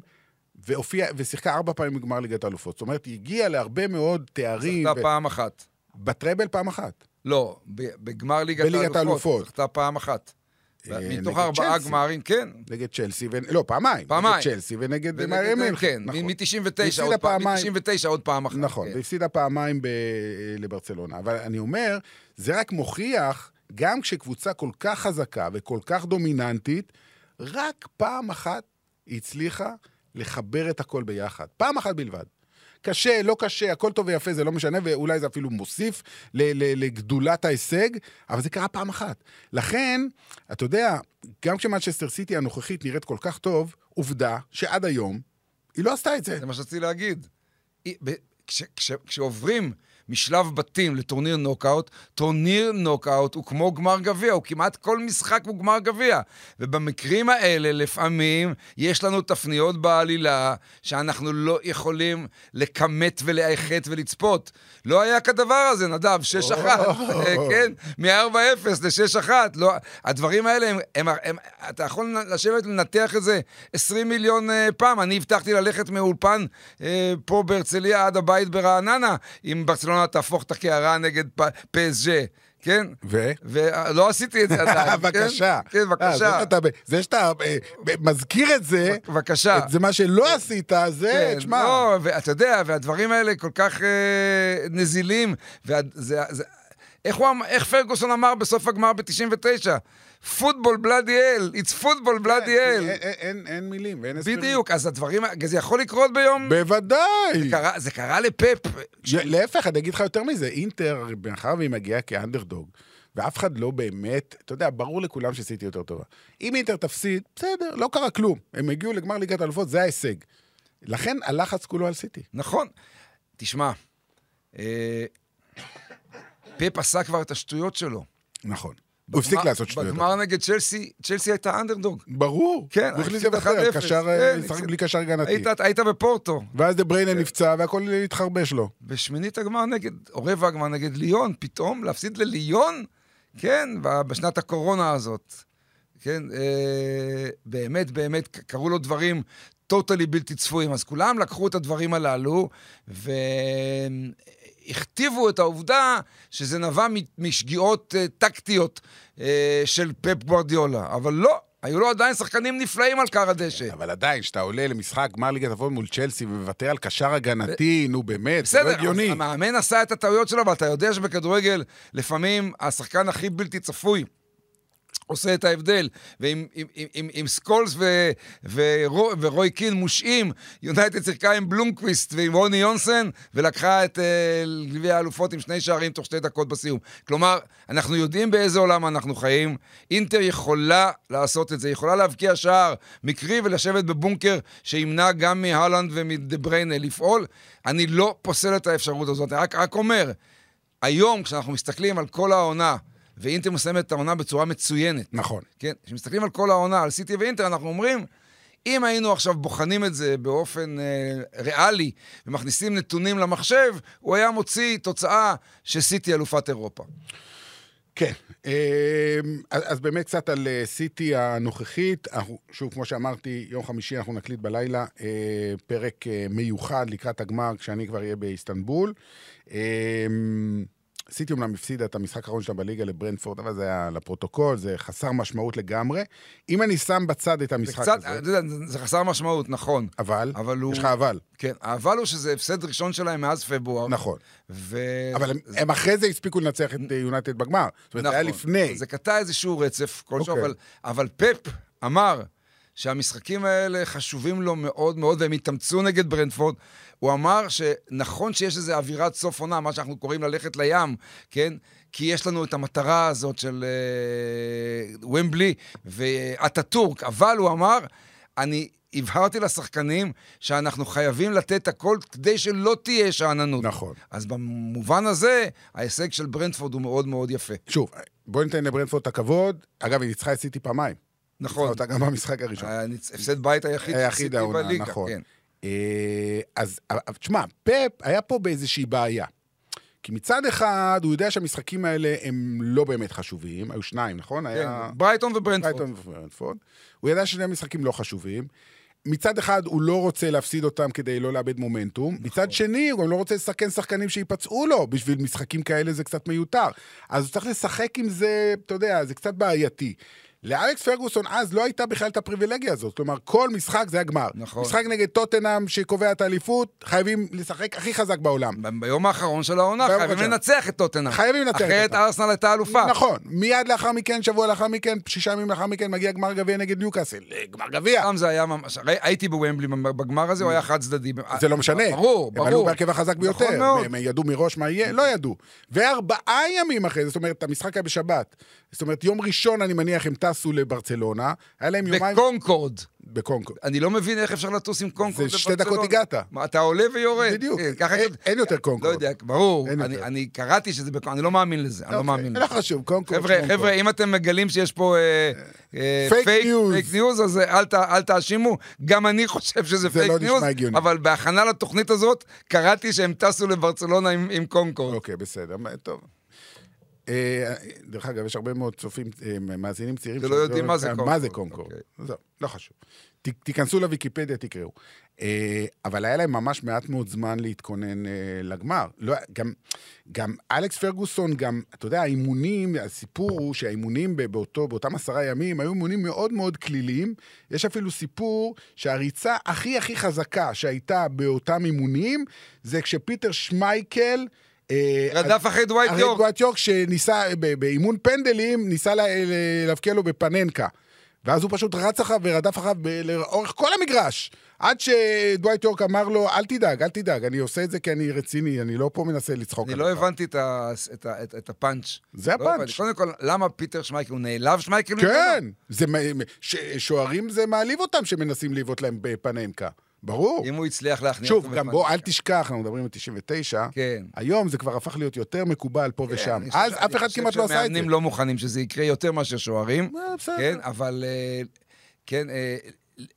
C: והופיעה, ושיחקה ארבע פעמים בגמר ליגת האלופות. זאת אומרת, היא הגיעה להרבה מאוד תארים,
D: זכתה
C: ו-
D: פעם אחת.
C: בטראבל פעם אחת.
D: לא, ב- בגמר ליגת
C: בליגת
D: האלופות.
C: האלופות.
D: זכתה פעם אחת.
C: אה,
D: מתוך
C: נגד
D: ארבעה
C: צ'לסי.
D: גמרים, כן.
C: נגד צ'לסי, ו... לא, פעמיים.
D: פעמיים.
C: נגד צ'לסי ונגד
D: ונגד-
C: מאיר מלך.
D: כן,
C: נכון.
D: מ-99
C: והפסידה
D: עוד פעם,
C: פעמיים.
D: מ-99 עוד פעם אחת.
C: נכון,
D: כן.
C: והפסידה פעמיים ב... לברצלונה. אבל אני אומר, זה רק מוכיח, גם כשקבוצה כל כך חזקה וכל כך דומיננטית, רק פעם אחת היא הצליחה לחבר את הכל ביחד. פעם אחת בלבד. קשה, לא קשה, הכל טוב ויפה, זה לא משנה, ואולי זה אפילו מוסיף ל- ל- לגדולת ההישג, אבל זה קרה פעם אחת. לכן, אתה יודע, גם כשמנצ'סטר סיטי הנוכחית נראית כל כך טוב, עובדה שעד היום היא לא עשתה את זה.
D: זה מה שרציתי להגיד. אי- ב- כש- כש- כשעוברים משלב בתים לטורניר נוקאוט, טורניר נוקאוט הוא כמו גמר גביע, הוא כמעט כל משחק הוא גמר גביע. ובמקרים האלה, לפעמים, יש לנו תפניות בעלילה שאנחנו לא יכולים לכמת ולהיחת ולצפות. לא היה כדבר הזה, נדב, 6-1, אה, כן? מ-4-0 ל-6-1. לא, הדברים האלה, הם, הם, הם, אתה יכול לשבת ולנתח את זה 20 מיליון אה, פעם. אני הבטחתי ללכת מאולפן אה, פה בהרצליה עד הבית ברעננה, אם ברצלונה תהפוך את הקערה נגד פ- PSG, כן?
C: ו?
D: ולא עשיתי את זה עדיין. כן?
C: בבקשה.
D: כן,
C: אה, זה
D: בבקשה.
C: שאתה ב- זה שאתה אה, ב- מזכיר את זה,
D: בבקשה.
C: את זה מה שלא עשית, זה,
D: כן,
C: תשמע,
D: לא, ואתה יודע, והדברים האלה כל כך אה, נזילים, וזה... זה, איך, הוא, אמר- איך פרגוסון אמר בסוף הגמר ב-99? פוטבול בלאדי אל, it's
C: כן,
D: football bloody
C: אין-
D: hell.
C: אין- אין- אין מילים, אין הסברים.
D: בדיוק, אז הדברים, ה- זה יכול לקרות ביום...
C: בוודאי.
D: זה קרה- זה קרה לפפ.
C: ש- להפך, אני אגיד לך יותר מזה, אינטר, מאחר והיא מגיעה כאנדרדוג, ואף אחד לא באמת, אתה יודע, ברור לכולם שסיטי יותר טובה. אם אינטר תפסיד, בסדר, לא קרה כלום. הם הגיעו לגמר ליגת האלופות, זה ההישג. לכן הלחץ כולו על סיטי.
D: נכון. תשמע, אה, פפ עשה כבר את השטויות שלו.
C: נכון. הוא הפסיק
D: בגמר-
C: לעשות שטויות.
D: בגמר נגד צ'לסי, צ'לסי הייתה אנדרדוג.
C: ברור.
D: כן,
C: הוא החליט
D: הפסיד
C: לוותר,
D: 1-0,
C: קשר,
D: כן,
C: לשחק
D: הפסיד.
C: בלי קשר הגנתי.
D: היית- היית בפורטו,
C: ואז דה בריינה נפצע והכל התחרבש לו.
D: בשמינית הגמר נגד, או רבע הגמר נגד ליון, פתאום להפסיד לליון? כן, ב- בשנת הקורונה הזאת. כן, אה, באמת, באמת, ק- קרו לו דברים טוטלי בלתי צפויים. אז כולם לקחו את הדברים הללו והכתיבו את העובדה שזה נבע מ- משגיאות אה, טקטיות אה, של פפ גוורדיולה. אבל לא, היו לו עדיין שחקנים נפלאים על כר הדשא.
C: כן, אבל עדיין, כשאתה עולה למשחק גמר ליגת עבוד מול צ'לסי ומוותר על קשר הגנתי, נו באמת, זה לא
D: בסדר,
C: הגיוני.
D: אז המאמן עשה את הטעויות שלו, אבל אתה יודע שבכדורגל לפעמים השחקן הכי בלתי צפוי. עושה את ההבדל, ועם עם, עם, עם, עם סקולס ו, ורו, ורוי קין מושעים, יונייטד שיחקה עם בלומקוויסט ועם רוני יונסן, ולקחה את אה, גביע האלופות עם שני שערים תוך שתי דקות בסיום. כלומר, אנחנו יודעים באיזה עולם אנחנו חיים, אינטר יכולה לעשות את זה, היא יכולה להבקיע שער מקרי ולשבת בבונקר שימנע גם מהלנד ומדה בריינה לפעול. אני לא פוסל את האפשרות הזאת, אני רק, רק אומר, היום כשאנחנו מסתכלים על כל העונה, ואינטר מסיימת את העונה בצורה מצוינת.
C: נכון.
D: כן, כשמסתכלים על כל העונה, על סיטי ואינטר, אנחנו אומרים, אם היינו עכשיו בוחנים את זה באופן אה, ריאלי ומכניסים נתונים למחשב, הוא היה מוציא תוצאה שסיטי אלופת אירופה.
C: כן. אמ, אז אז באמת קצת על אה, סיטי הנוכחית. אנחנו- שוב, כמו שאמרתי, יום חמישי אנחנו נקליט בלילה אה, פרק אה, מיוחד לקראת הגמר, כשאני כבר אהיה באיסטנבול. אמ, סיטי אומנם הפסידה את המשחק האחרון שלה בליגה לברנדפורד, אבל זה היה לפרוטוקול, זה חסר משמעות לגמרי. אם אני שם בצד את
D: זה
C: המשחק
D: קצת, אתה
C: הזה,
D: יודע, זה- זה חסר משמעות, נכון.
C: אבל,
D: אה, אבל הוא...
C: יש לך אבל,
D: כן, האבל הוא שזה הפסד ראשון שלהם מאז פברואר.
C: נכון.
D: ו...
C: אבל הם, הם אחרי זה הספיקו לנצח את אה, יונייטד בגמר. זאת אומרת, זה היה לפני.
D: נכון. זה קטע איזשהו רצף כלשהו,
C: אוקיי.
D: אבל, אבל פפ אמר שהמשחקים האלה חשובים לו מאוד מאוד, והם התאמצו נגד ברנדפורד. הוא אמר שנכון שיש איזו אווירת סוף עונה, מה שאנחנו קוראים ללכת לים, כן? כי יש לנו את המטרה הזאת של אה, ומבלי ואטאטורק, אבל הוא אמר, אני הבהרתי לשחקנים שאנחנו חייבים לתת הכל כדי שלא תהיה שאננות.
C: נכון.
D: אז במובן הזה, ההישג של ברנדפורד הוא מאוד מאוד יפה.
C: שוב, בוא ניתן לברנדפורד את הכבוד. אגב, היא ניצחה את סיטי פעמיים.
D: נכון.
C: ניצחה אותה גם במשחק הראשון.
D: הניצ- הפסד בית היחיד
C: היחיד
D: שעשיתי
C: העונה,
D: בליגה,
C: נכון.
D: כן.
C: אה, אז אבל- אבל תשמע, פאפ היה פה באיזושהי בעיה. כי מצד אחד, הוא יודע שהמשחקים האלה הם לא באמת חשובים. היו שניים, נכון?
D: כן,
C: היה...
D: ברייטון וברנדפורד.
C: ברייטון וברנדפורד. הוא ידע שני המשחקים לא חשובים. מצד אחד, הוא לא רוצה להפסיד אותם כדי לא לאבד מומנטום. מצד שני, הוא גם לא רוצה לסכן שחקנים שייפצעו לו. בשביל משחקים כאלה זה קצת מיותר. אז הוא צריך לשחק עם זה, אתה יודע, זה קצת בעייתי. לאלכס פרגוסון אז לא הייתה בכלל את הפריבילגיה הזאת. כלומר, כל משחק זה הגמר.
D: נכון.
C: משחק נגד טוטנאם שקובע את האליפות, חייבים לשחק הכי חזק בעולם.
D: ב- ביום האחרון של העונה
C: ביום
D: חייבים
C: האחרון.
D: לנצח את טוטנאם.
C: חייבים לנצח
D: אחרת
C: אותה.
D: ארסנל הייתה אלופה.
C: נכון, מיד לאחר מכן, שבוע לאחר מכן, שישה ימים לאחר מכן, מגיע גמר גביע נגד ניוקאסל. גמר גביע.
D: שם זה היה ממש, הרי הייתי בוומבלי בגמר הזה, הוא היה חד צדדי.
C: זה לא משנה.
D: אה, ברור, ברור.
C: הם עלו בהרכב החזק
D: נכון
C: ביותר.
D: מאוד.
C: הם ידעו מראש מה יהיה, לא ידעו. וארבעה ימים אחרי זה, זאת אומרת, המשחק היה בשבת. זאת אומרת, יום ראשון, אני מניח, הם טסו לברצלונה, היה להם יומיים...
D: בקונקורד.
C: בקונקו.
D: אני לא מבין איך אפשר לטוס עם קונקורד.
C: זה שתי
D: לברצלונה.
C: דקות הגעת.
D: מה, אתה עולה ויורד.
C: בדיוק.
D: כן, ככה-
C: אין- אין יותר קונקורד.
D: לא יודע, ברור.
C: אין
D: אני-
C: יותר.
D: אני קראתי שזה בקונקורד, אני לא מאמין לזה. אני לא מאמין
C: לא
D: לזה.
C: חשוב, קונקורד.
D: חבר'ה,
C: קונקורד.
D: חבר'ה, אם אתם מגלים שיש פה אה, אה,
C: פייק ניוז.
D: פייק ניוז, אז אה, אל ת- אל תאשימו. גם אני חושב שזה
C: זה
D: פייק
C: לא נשמע
D: ניוז,
C: הגיוני.
D: אבל בהכנה לתוכנית הזאת, קראתי שהם טסו לברצלונה עם עם קונקורד.
C: אוקיי, בסדר, מה- טוב. אה, דרך אגב, יש הרבה מאוד צופים, אה, מאזינים צעירים
D: שלא יודעים מה זה
C: מה
D: קונקורד.
C: זה קונקורד.
D: אוקיי.
C: זהו, לא חשוב. ת- תיכנסו לוויקיפדיה, תקראו. אה, אבל היה להם ממש מעט מאוד זמן להתכונן אה, לגמר. לא, גם, גם אלכס פרגוסון, גם, אתה יודע, האימונים, הסיפור הוא שהאימונים ב- באותו, באותם עשרה ימים היו אימונים מאוד מאוד כלילים. יש אפילו סיפור שהריצה הכי הכי חזקה שהייתה באותם אימונים, זה כשפיטר שמייקל... אה,
D: רדף אחרי דווייט
C: הרי
D: יורק.
C: דואט יורק שניסה, ב- באימון פנדלים, ניסה לה- ל- להבקיע לו בפננקה. ואז הוא פשוט רץ אחריו ורדף אחריו ב- לאורך כל המגרש. עד שדווייט יורק אמר לו, אל תדאג, אל תדאג, אני עושה את זה כי אני רציני, אני לא פה מנסה לצחוק
D: אני
C: עליך."
D: לא הבנתי את ה- את ה- את- את הפאנץ'.
C: זה
D: לא
C: הפאנץ'.
D: הבנתי. קודם כל, למה פיטר שמייקל, הוא נעלב שמייקל?
C: כן, זה, מ- ש, שוערים זה מעליב אותם שמנסים לבעוט להם בפננקה. ברור.
D: אם הוא הצליח להכניע
C: שוב,
D: אותו
C: גם
D: בפאנץ'.
C: בוא, אל תשכח, אנחנו מדברים על 99.
D: כן.
C: היום זה כבר הפך להיות יותר מקובל פה ושם.
D: אני חושב-
C: אז אף אחד כמעט לא
D: אני
C: עשה
D: חושב
C: את זה.
D: שמאמנים לא מוכנים שזה יקרה יותר מאשר שוערים.
C: אה, בסדר.
D: כן, אבל... אה, כן, אה,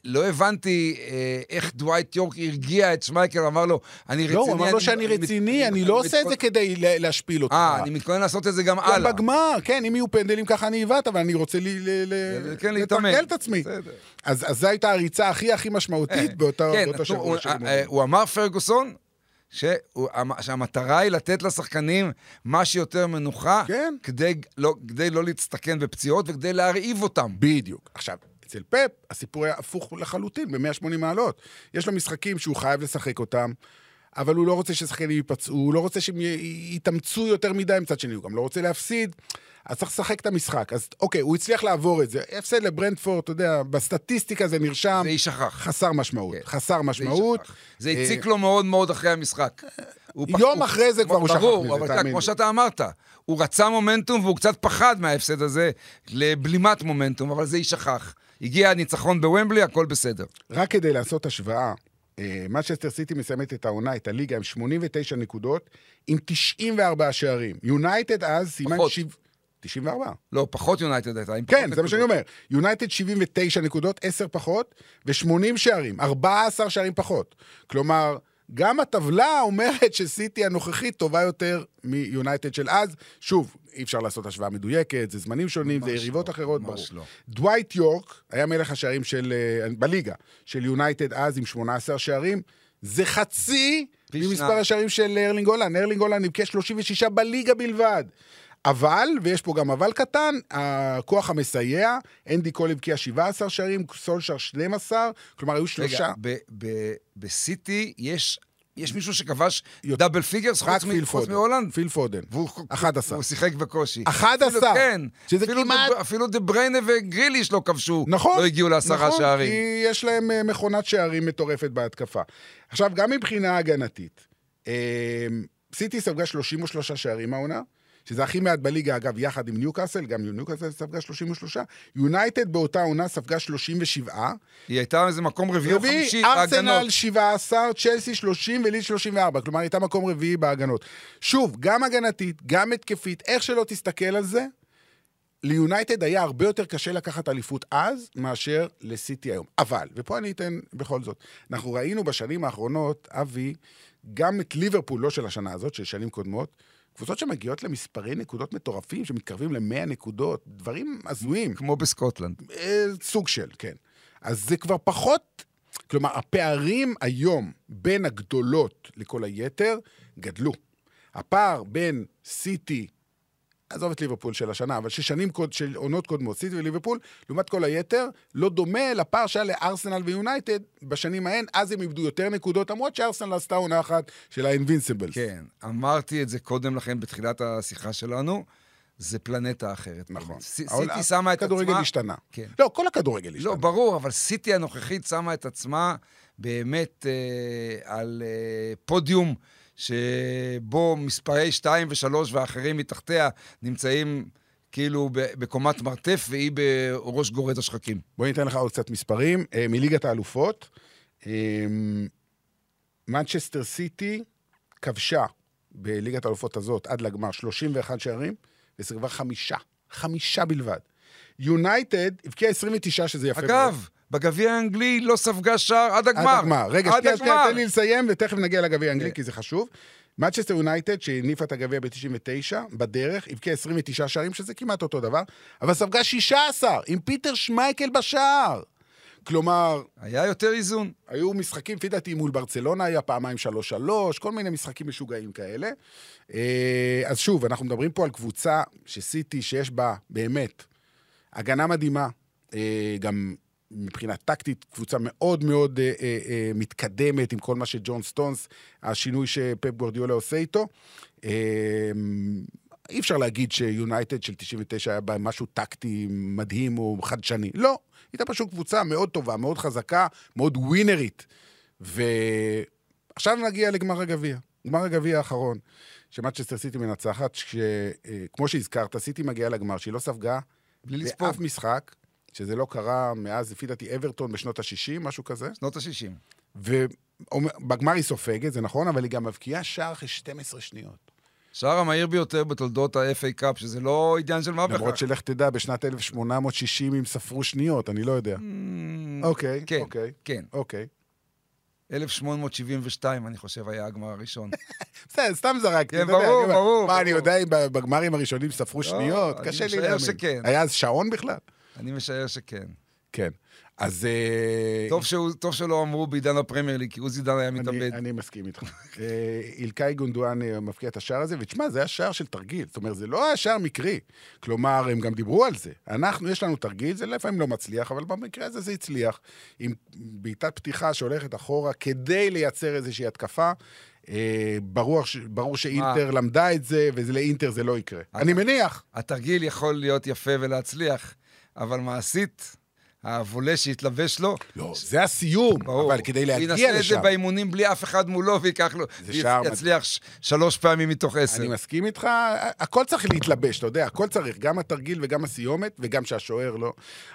D: לא הבנתי אה, איך דווייט יורק הרגיע את שמייקל, אמר לו, אני רציני.
C: לא, הוא אמר לו
D: אני-
C: שאני
D: מת-
C: רציני, אני לא עושה את זה
D: מתכונן-
C: כדי לה- להשפיל אותך.
D: אה, אני מתכונן לעשות את זה גם
C: גם
D: הלאה.
C: בגמר, כן, אם יהיו פנדלים ככה אני אבעט, אבל אני רוצה ל- ל- ל-
D: כן, להתאמן.
C: לתרגל את עצמי.
D: בסדר.
C: אז אז זו הייתה הריצה הכי הכי משמעותית באותה-
D: כן,
C: באותו
D: נתנו-
C: שבוע לא
D: הוא-
C: של
D: אה,
C: אימונים.
D: הוא אמר פרגוסון, שהוא- המ- שהמטרה היא לתת לשחקנים מה שיותר מנוחה,
C: כן.
D: כדי לא- כדי לא להצטקן בפציעות וכדי להרעיב אותם.
C: בדיוק. עכשיו, אצל פפ, הסיפור היה הפוך לחלוטין, ב-180 מעלות. יש לו משחקים שהוא חייב לשחק אותם, אבל הוא לא רוצה ששחקנים ייפצעו, הוא לא רוצה שהם י- י- יתאמצו יותר מדי מצד שני, הוא גם לא רוצה להפסיד, אז צריך לשחק את המשחק. אז אוקיי, הוא הצליח לעבור את זה. הפסד לברנדפורד, אתה יודע, בסטטיסטיקה זה נרשם...
D: זה יישכח.
C: חסר משמעות,
D: כן.
C: חסר
D: זה
C: משמעות.
D: יישכח. זה הציק לו מאוד מאוד אחרי המשחק. הוא פח-
C: אה, יום
D: הוא-
C: אחרי זה כבר הוא שכח מזה,
D: ברור, אבל
C: תאמין
D: אתה-
C: לי.
D: כמו שאתה אמרת, הוא רצה מומנטום והוא קצת פחד מההפסד הזה לבלימת מומנטום, אבל זה יישכח. הגיע הניצחון בוומבלי, הכל בסדר.
C: רק כדי לעשות השוואה, אה, מצ'סטר סיטי מסיימת את העונה, את הליגה, עם 89 נקודות, עם 94 שערים. יונייטד אז סיימה עם
D: פחות.
C: שבע... 94.
D: לא, פחות יונייטד הייתה. עם
C: כן,
D: פחות
C: זה מה שאני
D: נקודות.
C: אומר. יונייטד 79 נקודות, 10 פחות, ו-80 שערים, 14 שערים פחות. כלומר, גם הטבלה אומרת שסיטי הנוכחית טובה יותר מיונייטד של אז. שוב, אי אפשר לעשות השוואה מדויקת, זה זמנים שונים, זה
D: ממש
C: יריבות
D: לא,
C: אחרות, ברור.
D: ממש לא.
C: דווייט יורק היה מלך השערים של, אה, בליגה, של יונייטד אז עם 18 שערים. זה חצי
D: פי
C: ממספר
D: שניים.
C: השערים של ארלינג הולנד. ארלינג הולנד עם כ-36 בליגה בלבד. אבל, ויש פה גם אבל קטן, הכוח המסייע, אנדי קול הבקיע 17 שערים, סולשר 12, כלומר היו שלושה.
D: רגע, ב- ב- בסיטי יש... יש מישהו שכבש
C: יותר.
D: דאבל פיגרס
C: רק
D: חוץ מ-
C: פיל
D: חוץ
C: פודן.
D: מהולנד?
C: פיל פודן.
D: והוא-
C: 11.
D: הוא שיחק בקושי.
C: 11,
D: אפילו- כן.
C: שזה
D: אפילו
C: כמעט-
D: דה- אפילו דה בריינה וגריליש לא כבשו.
C: נכון.
D: לא הגיעו לעשרה
C: נכון,
D: שערים.
C: כי יש להם אה, מכונת שערים מטורפת בהתקפה. עכשיו, גם מבחינה הגנתית, אה, סיטי ספגה 33 שערים העונה, שזה הכי מעט בליגה, אגב, יחד עם ניוקאסל, גם ניוקאסל ספגה 33, יונייטד באותה עונה ספגה 37,
D: היא הייתה איזה מקום רביעי או חמישי
C: רביעי, ארסנל 17, צ'לסי 30 וליד 34, כלומר הייתה מקום רביעי בהגנות. שוב, גם הגנתית, גם התקפית, איך שלא תסתכל על זה, ליונייטד היה הרבה יותר קשה לקחת אליפות אז, מאשר לסיטי היום. אבל, ופה אני אתן בכל זאת, אנחנו ראינו בשנים האחרונות, אבי, גם את ליברפול, לא של השנה הזאת, של שנים קודמות, קבוצות שמגיעות למספרי נקודות מטורפים, שמתקרבים ל-100 נקודות, דברים הזויים.
D: כמו בסקוטלנד.
C: אה, סוג של, כן. אז זה כבר פחות... כלומר, הפערים היום בין הגדולות לכל היתר גדלו. הפער בין סיטי, עזוב את ליברפול של השנה, אבל של שנים, קוד- של עונות קודמות, סיטי וליברפול, לעומת כל היתר, לא דומה לפער שהיה לארסנל ויונייטד בשנים ההן, אז הם איבדו יותר נקודות, למרות שארסנל עשתה עונה אחת של האינבינסיבלס.
D: כן, אמרתי את זה קודם לכן בתחילת השיחה שלנו, זה פלנטה אחרת.
C: נכון.
D: ס- סיטי
C: העולם-
D: שמה את עצמה...
C: הכדורגל השתנה.
D: כן.
C: לא, כל הכדורגל השתנה.
D: לא, ברור, אבל סיטי הנוכחית שמה את עצמה באמת אה, על אה, פודיום שבו מספרי 2 ו-3 ואחרים מתחתיה נמצאים כאילו ב- בקומת מרתף, והיא בראש גורד השחקים.
C: בוא ניתן לך עוד קצת מספרים. אה, מליגת האלופות, אה, מנצ'סטר סיטי כבשה בליגת האלופות הזאת עד לגמר 31 שערים, וסירבה חמישה, חמישה בלבד. יונייטד הבקיעה 29, שזה יפה מאוד.
D: אגב, בגביע האנגלי לא ספגה שער עד הגמר.
C: עד הגמר. רגע,
D: עד
C: שנייה, שנייה,
D: הגמר.
C: תן לי לסיים, ותכף נגיע לגביע האנגלי,
D: כן.
C: כי זה חשוב. מצ'סטר יונייטד, שהניפה את הגביע ב-99, בדרך, הבקיעה 29 שערים, שזה כמעט אותו דבר, אבל ספגה 16, עם פיטר שמייקל בשער. כלומר,
D: היה יותר איזון.
C: היו משחקים, לפי דעתי, מול ברצלונה היה פעמיים שלוש שלוש, כל מיני משחקים משוגעים כאלה. אה, אז שוב, אנחנו מדברים פה על קבוצה שסיטי, שיש בה באמת הגנה מדהימה, אה, גם מבחינה טקטית, קבוצה מאוד מאוד אה, אה, אה, מתקדמת עם כל מה שג'ון סטונס, השינוי שפפ גורדיולה עושה איתו. אה, אי אפשר להגיד שיונייטד של 99 היה בה משהו טקטי מדהים או חדשני. לא, הייתה פשוט קבוצה מאוד טובה, מאוד חזקה, מאוד ווינרית. ועכשיו נגיע לגמר הגביע, גמר הגביע האחרון, שמאצ'סטר סיטי מנצחת, שכמו שהזכרת, סיטי מגיעה לגמר, שהיא לא ספגה
D: בלי לספוג.
C: באף משחק, שזה לא קרה מאז, לפי דעתי, אברטון בשנות ה-60, משהו כזה.
D: שנות ה-60.
C: ובגמר היא סופגת, זה נכון, אבל היא גם מבקיעה שער אחרי 12 שניות.
D: שער המהיר ביותר בתולדות ה-FA קאפ, שזה לא עניין של מה בכך.
C: למרות שלך תדע, בשנת 1860 הם ספרו שניות, אני לא יודע.
D: Mm,
C: אוקיי,
D: כן,
C: אוקיי,
D: כן.
C: אוקיי.
D: 1872, אני חושב, היה הגמר הראשון.
C: בסדר, סתם זרקתי.
D: כן,
C: אתה יודע,
D: ברור,
C: אני אומר,
D: ברור,
C: מה, אני
D: ברור. לא,
C: יודע אם בגמרים הראשונים ספרו שניות?
D: אני
C: קשה לי
D: משער
C: להאמין.
D: שכן.
C: היה אז שעון בכלל?
D: אני משער שכן.
C: כן. אז... אה,
D: טוב, שהוא, טוב שלא אמרו בעידן הפרמייר ליג, כי עוזי דן היה
C: אני,
D: מתאבד.
C: אני מסכים איתך. אה, אילקאי גונדואן אה, מבקיע את השער הזה, ותשמע, זה היה שער של תרגיל. זאת אומרת, זה לא היה שער מקרי. כלומר, הם גם דיברו על זה. אנחנו, יש לנו תרגיל, זה לפעמים לא מצליח, אבל במקרה הזה זה הצליח. עם בעיטת פתיחה שהולכת אחורה כדי לייצר איזושהי התקפה. אה, ברור, ש- ברור שאינטר למדה את זה, ולאינטר זה לא יקרה. אני מניח.
D: התרגיל יכול להיות יפה ולהצליח, אבל מעשית, הבולה שהתלבש לו,
C: לא, זה הסיום,
D: ברור.
C: אבל כדי
D: הוא
C: להגיע
D: ינסה את זה
C: לשם.
D: באימונים בלי אף אחד מולו, וייקח לו,
C: זה שער מדהים.
D: יצליח ש- שלוש פעמים מתוך עשר.
C: אני מסכים איתך, הכל צריך להתלבש, אתה יודע, הכל צריך, גם התרגיל וגם הסיומת, וגם שהשוער לא.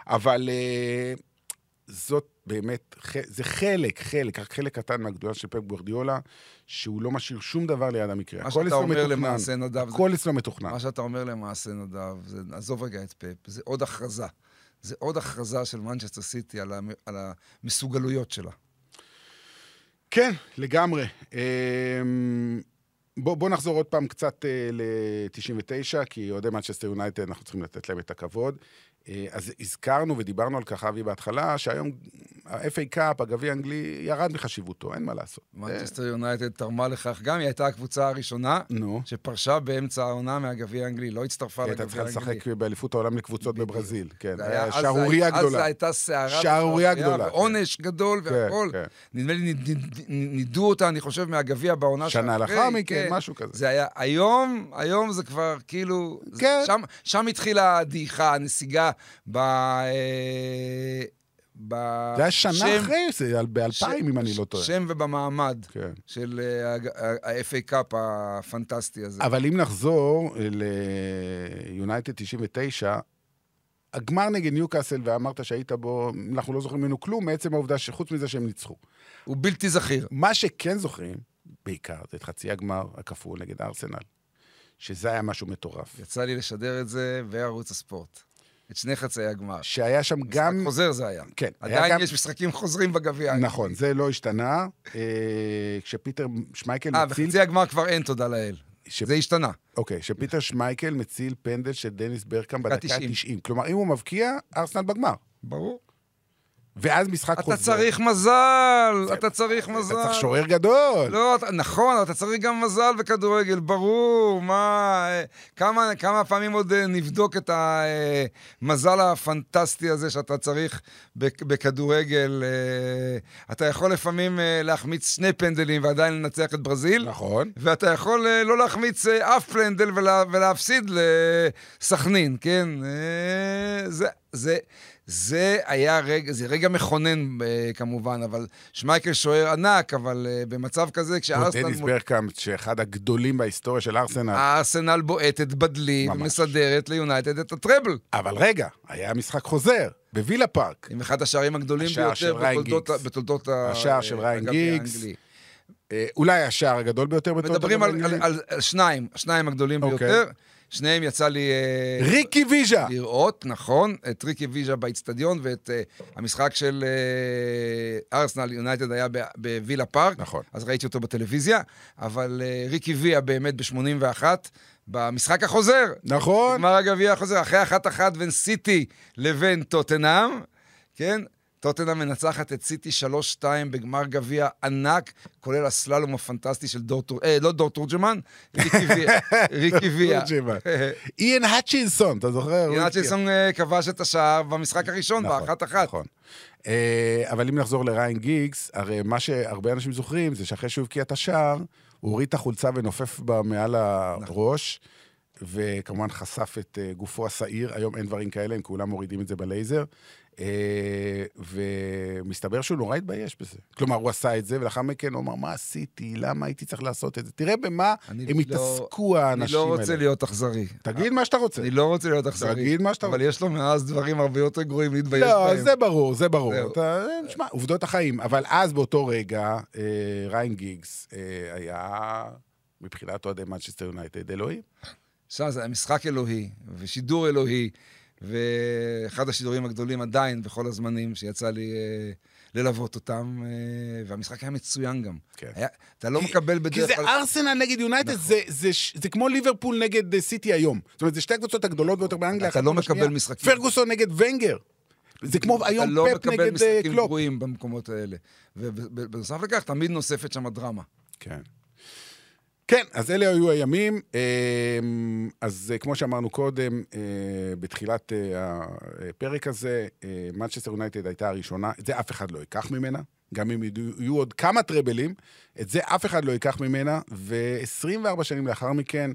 C: אבל אה, זאת באמת, ח- זה חלק, חלק, רק חלק קטן מהגדולה של פפ גוורדיולה, שהוא לא משאיר שום דבר ליד המקרה.
D: מה
C: הכל
D: שאתה
C: אצלו
D: אומר
C: מתוכנן.
D: למעשה, נדב, זה-
C: הכל אצלו מתוכנן.
D: מה שאתה אומר למעשה, נדב, זה, עזוב רגע את פאפ, זה עוד הכרזה. זה עוד הכרזה של מנצ'סטר סיטי על, המ, על המסוגלויות שלה.
C: כן, לגמרי. אה, בוא, בוא נחזור עוד פעם קצת אה, ל-99, כי אוהדי מנצ'סטר יונייטד, אנחנו צריכים לתת להם את הכבוד. אה, אז הזכרנו ודיברנו על כך, אבי, בהתחלה, שהיום ה-FA קאפ, הגביע האנגלי, ירד מחשיבותו, אין מה לעשות.
D: מנצ'סטר יונייטד תרמה לכך גם, היא הייתה הקבוצה הראשונה
C: נו.
D: שפרשה באמצע העונה מהגביע האנגלי, לא הצטרפה
C: היא הייתה
D: לגביע
C: צריכה
D: האנגלי.
C: לשחק באליפות העולם לקבוצות בברזיל. כן,
D: זה היה-
C: היה
D: אז
C: שערורייה
D: זה- אז זו
C: גדולה.
D: הייתה סערה.
C: שערורייה גדולה,
D: עונש גדול
C: כן,
D: והכול.
C: כן.
D: נדמה לי, נד- נד- נידו אותה, אני חושב, מהגביע בעונה
C: שנה
D: שאחרי,
C: לאחר מכן,
D: כן.
C: משהו כזה.
D: זה היה, היום, היום זה כבר כאילו... זה-
C: כן.
D: שם- שם התחילה הדעיכה, הנסיגה ב... אה, בשם...
C: זה היה שנה אחרי זה, ב-2000 אם אני לא טועה.
D: שם ובמעמד
C: כן.
D: של אה, ה-FA קאפ הפנטסטי הזה.
C: אבל אם נחזור אה, ליונייטד 99, הגמר נגד ניוקאסל, ואמרת שהיית בו, אנחנו לא זוכרים ממנו כלום, מעצם העובדה שחוץ מזה שהם ניצחו.
D: הוא בלתי זכיר.
C: מה שכן זוכרים, בעיקר, זה את חצי הגמר הכפול נגד ארסנל, שזה היה משהו מטורף.
D: יצא לי לשדר את זה בערוץ הספורט. את שני חצאי הגמר.
C: שהיה שם גם...
D: משחק חוזר זה היה.
C: כן, היה
D: עדיין
C: גם-
D: יש משחקים חוזרים בגביע.
C: נכון, זה לא השתנה. אה, כשפיטר שמייקל
D: אה,
C: מציל...
D: וחצי הגמר כבר אין, תודה לאל.
C: ש-
D: זה השתנה.
C: אוקיי, שפיטר שמייקל מציל פנדל של דניס ברקאם בדקה
D: 90.
C: ה-90. כלומר, אם הוא מבקיע, ארסנל בגמר.
D: ברור.
C: ואז משחק חוזר.
D: אתה צריך מזל! אתה צריך מזל!
C: אתה צריך שוער גדול.
D: לא, אתה- נכון, אתה צריך גם מזל בכדורגל, ברור. מה, אה, כמה, כמה פעמים עוד אה, נבדוק את המזל הפנטסטי הזה שאתה צריך בכ- בכדורגל? אה, אתה יכול לפעמים אה, להחמיץ שני פנדלים ועדיין לנצח את ברזיל.
C: נכון.
D: ואתה יכול אה, לא להחמיץ אה, אף פנדל ולה, ולהפסיד לסכנין, כן? אה, זה, זה, זה היה רגע, זה רגע מכונן אה, כמובן, אבל שמייקל שוער ענק, אבל אה, במצב כזה,
C: פה
D: כשארסנל...
C: דניס
D: מול-
C: ברקאם, שאחד הגדולים בהיסטוריה של
D: אה.
C: ארסנל.
D: הארסנל בועטת בדלי
C: ממש.
D: ומסדרת ליונייטד את הטראבל.
C: אבל רגע, היה משחק חוזר, בווילה פארק.
D: עם אחד השערים הגדולים
C: השער של
D: ביותר
C: ריין
D: בתולדות, ה-
C: גיגס.
D: בתולדות ה-
C: השער של
D: אה,
C: ריין
D: הגביע
C: גיגס.
D: האנגלי.
C: אה, אולי השער הגדול ביותר בתולדות
D: מדברים על, על,
C: הגביעים.
D: על, על שניים, השניים הגדולים
C: אוקיי.
D: ביותר. שניהם יצא לי... אה,
C: ריקי ויז'ה.
D: לראות, נכון, את ריקי ויז'ה באיצטדיון ואת uh, המשחק של אה, ארסנל יונייטד היה ב- בווילה פארק,
C: נכון.
D: אז ראיתי אותו בטלוויזיה, אבל uh, ריקי ויה באמת ב-81, במשחק החוזר,
C: נכון.
D: גמר הגביע החוזר, אחרי אחת אחת בין סיטי לבין טוטנאם, כן? טוטנאם מנצחת את סיטי 3-2 בגמר גביע ענק, כולל הסללום הפנטסטי של דור טור... אה, לא דור תורג'מן, ריקי ויה. ריקי ויה.
C: תורג'מן. איין האצ'ינסון, אתה זוכר? הוא הבקיע.
D: יונצ'ינסון אה, כבש את השער במשחק הראשון,
C: כן. נכון,
D: באחת אחת.
C: נכון. אה, אבל אם נחזור לריין גיגס, הרי מה שהרבה אנשים זוכרים זה שאחרי שהוא הבקיע את השער, הוא הוריד את החולצה ונופף בה מעל
D: נכון.
C: הראש, וכמובן חשף את אה, גופו השעיר, היום אין דברים כאלה, הם כולם מורידים את זה בלייזר, אה, ומסתבר שהוא נורא התבייש בזה. כלומר, הוא עשה את זה, ולאחר מכן הוא אמר, מה עשיתי? למה הייתי צריך לעשות את זה? תראה במה
D: אני
C: הם
D: לא-
C: התעסקו,
D: אני
C: האנשים
D: לא
C: האלה.
D: רוצה להיות אכזרי.
C: תגיד מה שאתה רוצה.
D: אני לא רוצה להיות אכזרי.
C: תגיד מה שאתה
D: אבל יש לו מאז דברים הרבה יותר גרועים להתבייש
C: לא,
D: בהם.
C: זה ברור, זה
D: זהו.
C: ברור. אתה, תשמע, עובדות החיים. אבל אז באותו רגע, אה, ריין גיגס אה, היה, מבחינת אוהדי מנצ'סטר יונייטד, אלוהים.
D: שם זה היה משחק אלוהי, ושידור אלוהי, ואחד השידורים הגדולים עדיין בכל הזמנים שיצא לי אה, ללוות אותם, אה, והמשחק היה מצוין גם.
C: כן.
D: היה- אתה לא מקבל
C: כי
D: בדרך נכון.
C: זה ארסנל נגד יונייטד, זה- זה ש- זה כמו ליברפול נגד אה, סיטי היום. זאת אומרת, זה שתי הקבוצות הגדולות ביותר באנגליה.
D: אתה
C: אחת
D: לא
C: מול
D: מקבל
C: השנייה.
D: משחקים.
C: פרגוסון נגד ונגר. זה כמו היום
D: אתה לא
C: פפ
D: מקבל
C: נגד אה,
D: משחקים
C: קלופ.
D: גרועים במקומות האלה. ובנוסף לכך, תמיד נוספת שם הדרמה.
C: כן. כן, אז אלה היו הימים. אמ, אז אה, כמו שאמרנו קודם, אה, בתחילת אה, הפרק הזה, מנצ'סטר יונייטד הייתה הראשונה, את זה אף אחד לא ייקח ממנה. גם אם ידעו- יהיו עוד כמה טראבלים, את זה אף אחד לא ייקח ממנה. ו-24 שנים לאחר מכן,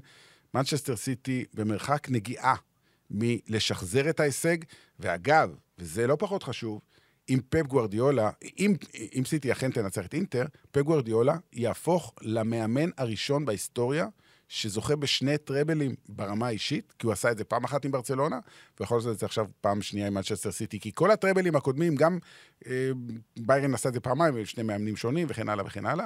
C: מנצ'סטר סיטי במרחק נגיעה מלשחזר את ההישג. ואגב, וזה לא פחות חשוב, אם פפ גוורדיולה, אם, אם סיטי אכן תנצח את אינטר, פפ גוורדיולה יהפוך למאמן הראשון בהיסטוריה שזוכה בשני טראבלים ברמה האישית, כי הוא עשה את זה פעם אחת עם ברצלונה, ויכול לעשות את זה עכשיו פעם שנייה עם מנצ'סטר סיטי, כי כל הטראבלים הקודמים, גם אה, ביירן עשה את זה פעמיים, עם שני מאמנים שונים, וכן הלאה וכן הלאה.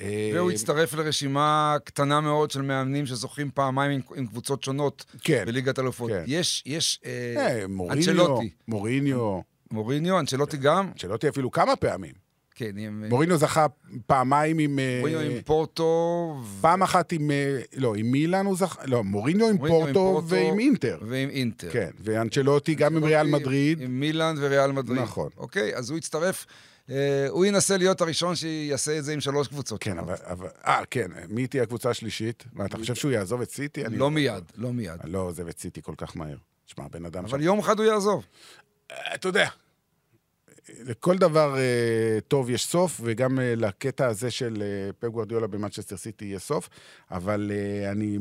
C: אה,
D: והוא הצטרף לרשימה קטנה מאוד של מאמנים שזוכים פעמיים עם, עם קבוצות שונות
C: כן.
D: בליגת אלופות.
C: כן.
D: יש, יש... אה,
C: אה, מוריניו,
D: אנצ'לוטי.
C: מוריניו,
D: מוריניו, אנצ'לוטי גם?
C: שלא תהיה אפילו כמה פעמים.
D: כן, עם... אה,
C: מוריניו זכה פעמיים עם... אה,
D: מוריניו עם פורטו... ו-
C: פעם אחת עם, אה, לא, עם מילאן הוא זכה, לא, מוריניו עם
D: מוריניו עם
C: פורטו ועם אינטר.
D: ועם אינטר. אוקיי,
C: כן, ואנצ'לוטי גם עם ריאל מדריד.
D: עם מילאן וריאל מדריד.
C: נכון.
D: אוקיי, אז הוא יצטרף. אה, הוא ינסה להיות הראשון שיעשה את זה עם שלוש קבוצות.
C: כן, אבל, אבל- אה, כן, מי תהיה הקבוצה השלישית? מה, אתה חושב שהוא יעזוב את סיטי? אני
D: לא מיד, לא מיד.
C: אני לא עוזב את סיטי כל כך מהר. שמע, בן אדם
D: אבל יום אחד הוא יעזוב.
C: אה, אתה יודע, לכל דבר אה, טוב יש סוף, וגם אה, לקטע הזה של אה, פפ גוורדיולה במנצ'סטר סיטי יש סוף, אבל אה, אני,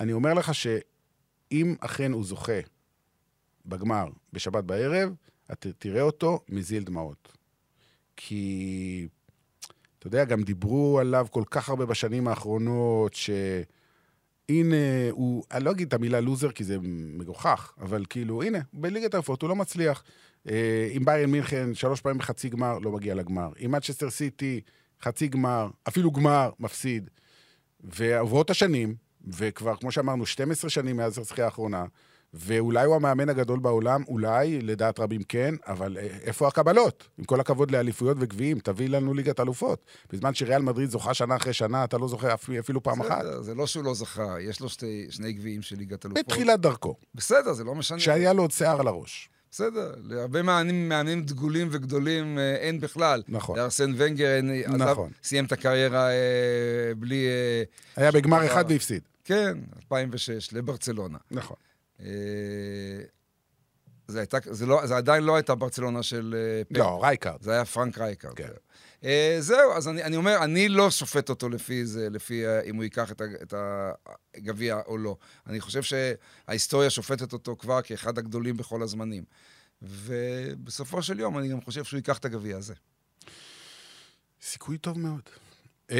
C: אני אומר לך שאם אכן הוא זוכה בגמר בשבת בערב, אתה תראה אותו מזיל דמעות. כי, אתה יודע, גם דיברו עליו כל כך הרבה בשנים האחרונות, שהנה, הוא, אני לא אגיד את המילה לוזר כי זה מגוחך, אבל כאילו, הנה, בליגת העופות הוא לא מצליח. אה, עם ביירן מינכן, שלוש פעמים בחצי גמר, לא מגיע לגמר. עם מצ'סטר סיטי, חצי גמר, אפילו גמר, מפסיד. ועוברות השנים, וכבר, כמו שאמרנו, 12 שנים מאז הזכייה האחרונה, ואולי הוא המאמן הגדול בעולם, אולי, לדעת רבים כן, אבל אה, איפה הקבלות? עם כל הכבוד לאליפויות וגביעים, תביא לנו ליגת אלופות. בזמן שריאל מדריד זוכה שנה אחרי שנה, אתה לא זוכר אפ- אפילו פעם אחת.
D: בסדר, זה לא שהוא לא זכה, יש לו שתי, שני גביעים של ליגת אלופות.
C: בתחילת דרכו,
D: בסדר, זה לא משנה.
C: כשהיה לו עוד שיער על הראש.
D: בסדר, להרבה מאמנים, מאמנים דגולים וגדולים אה, אין בכלל.
C: נכון.
D: לארסן ונגר אין, עזב-
C: נכון.
D: סיים את הקריירה אה, בלי... אה,
C: היה
D: שום
C: בגמר
D: דבר.
C: אחד והפסיד.
D: כן, 2006, לברצלונה.
C: נכון.
D: אה, זה, הייתה, זה, לא, זה עדיין לא הייתה ברצלונה של אה, פפ.
C: לא, רייקארד.
D: זה היה פרנק רייקר.
C: כן.
D: אה, זהו, אז אני, אני אומר, אני לא שופט אותו לפי זה, לפי אה, אם הוא ייקח את, ה- את הגביע או לא. אני חושב שההיסטוריה שופטת אותו כבר כאחד הגדולים בכל הזמנים. ובסופו של יום, אני גם חושב שהוא ייקח את הגביע הזה.
C: סיכוי טוב מאוד. אמ,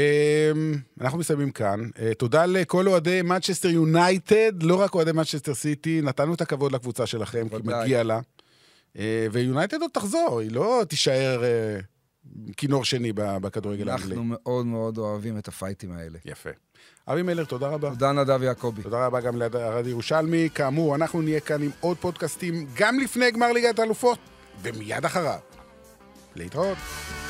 C: אנחנו מסיימים כאן. אה, תודה לכל אוהדי מצ'סטר יונייטד, לא רק אוהדי מצ'סטר סיטי, נתנו את הכבוד לקבוצה שלכם, כי
D: בוודאי.
C: מגיע לה. אה, ויונייטד עוד תחזור, היא לא תישאר אה, כינור שני ב- בכדורגל האנגלי.
D: אנחנו מאוד מאוד אוהבים את הפייטים האלה.
C: יפה. אבי מלר, תודה רבה.
D: תודה, נדב יעקבי.
C: תודה רבה גם לארד ירושלמי. כאמור, אנחנו נהיה כאן עם עוד פודקאסטים גם לפני גמר ליגת האלופות, ומיד אחריו. להתראות.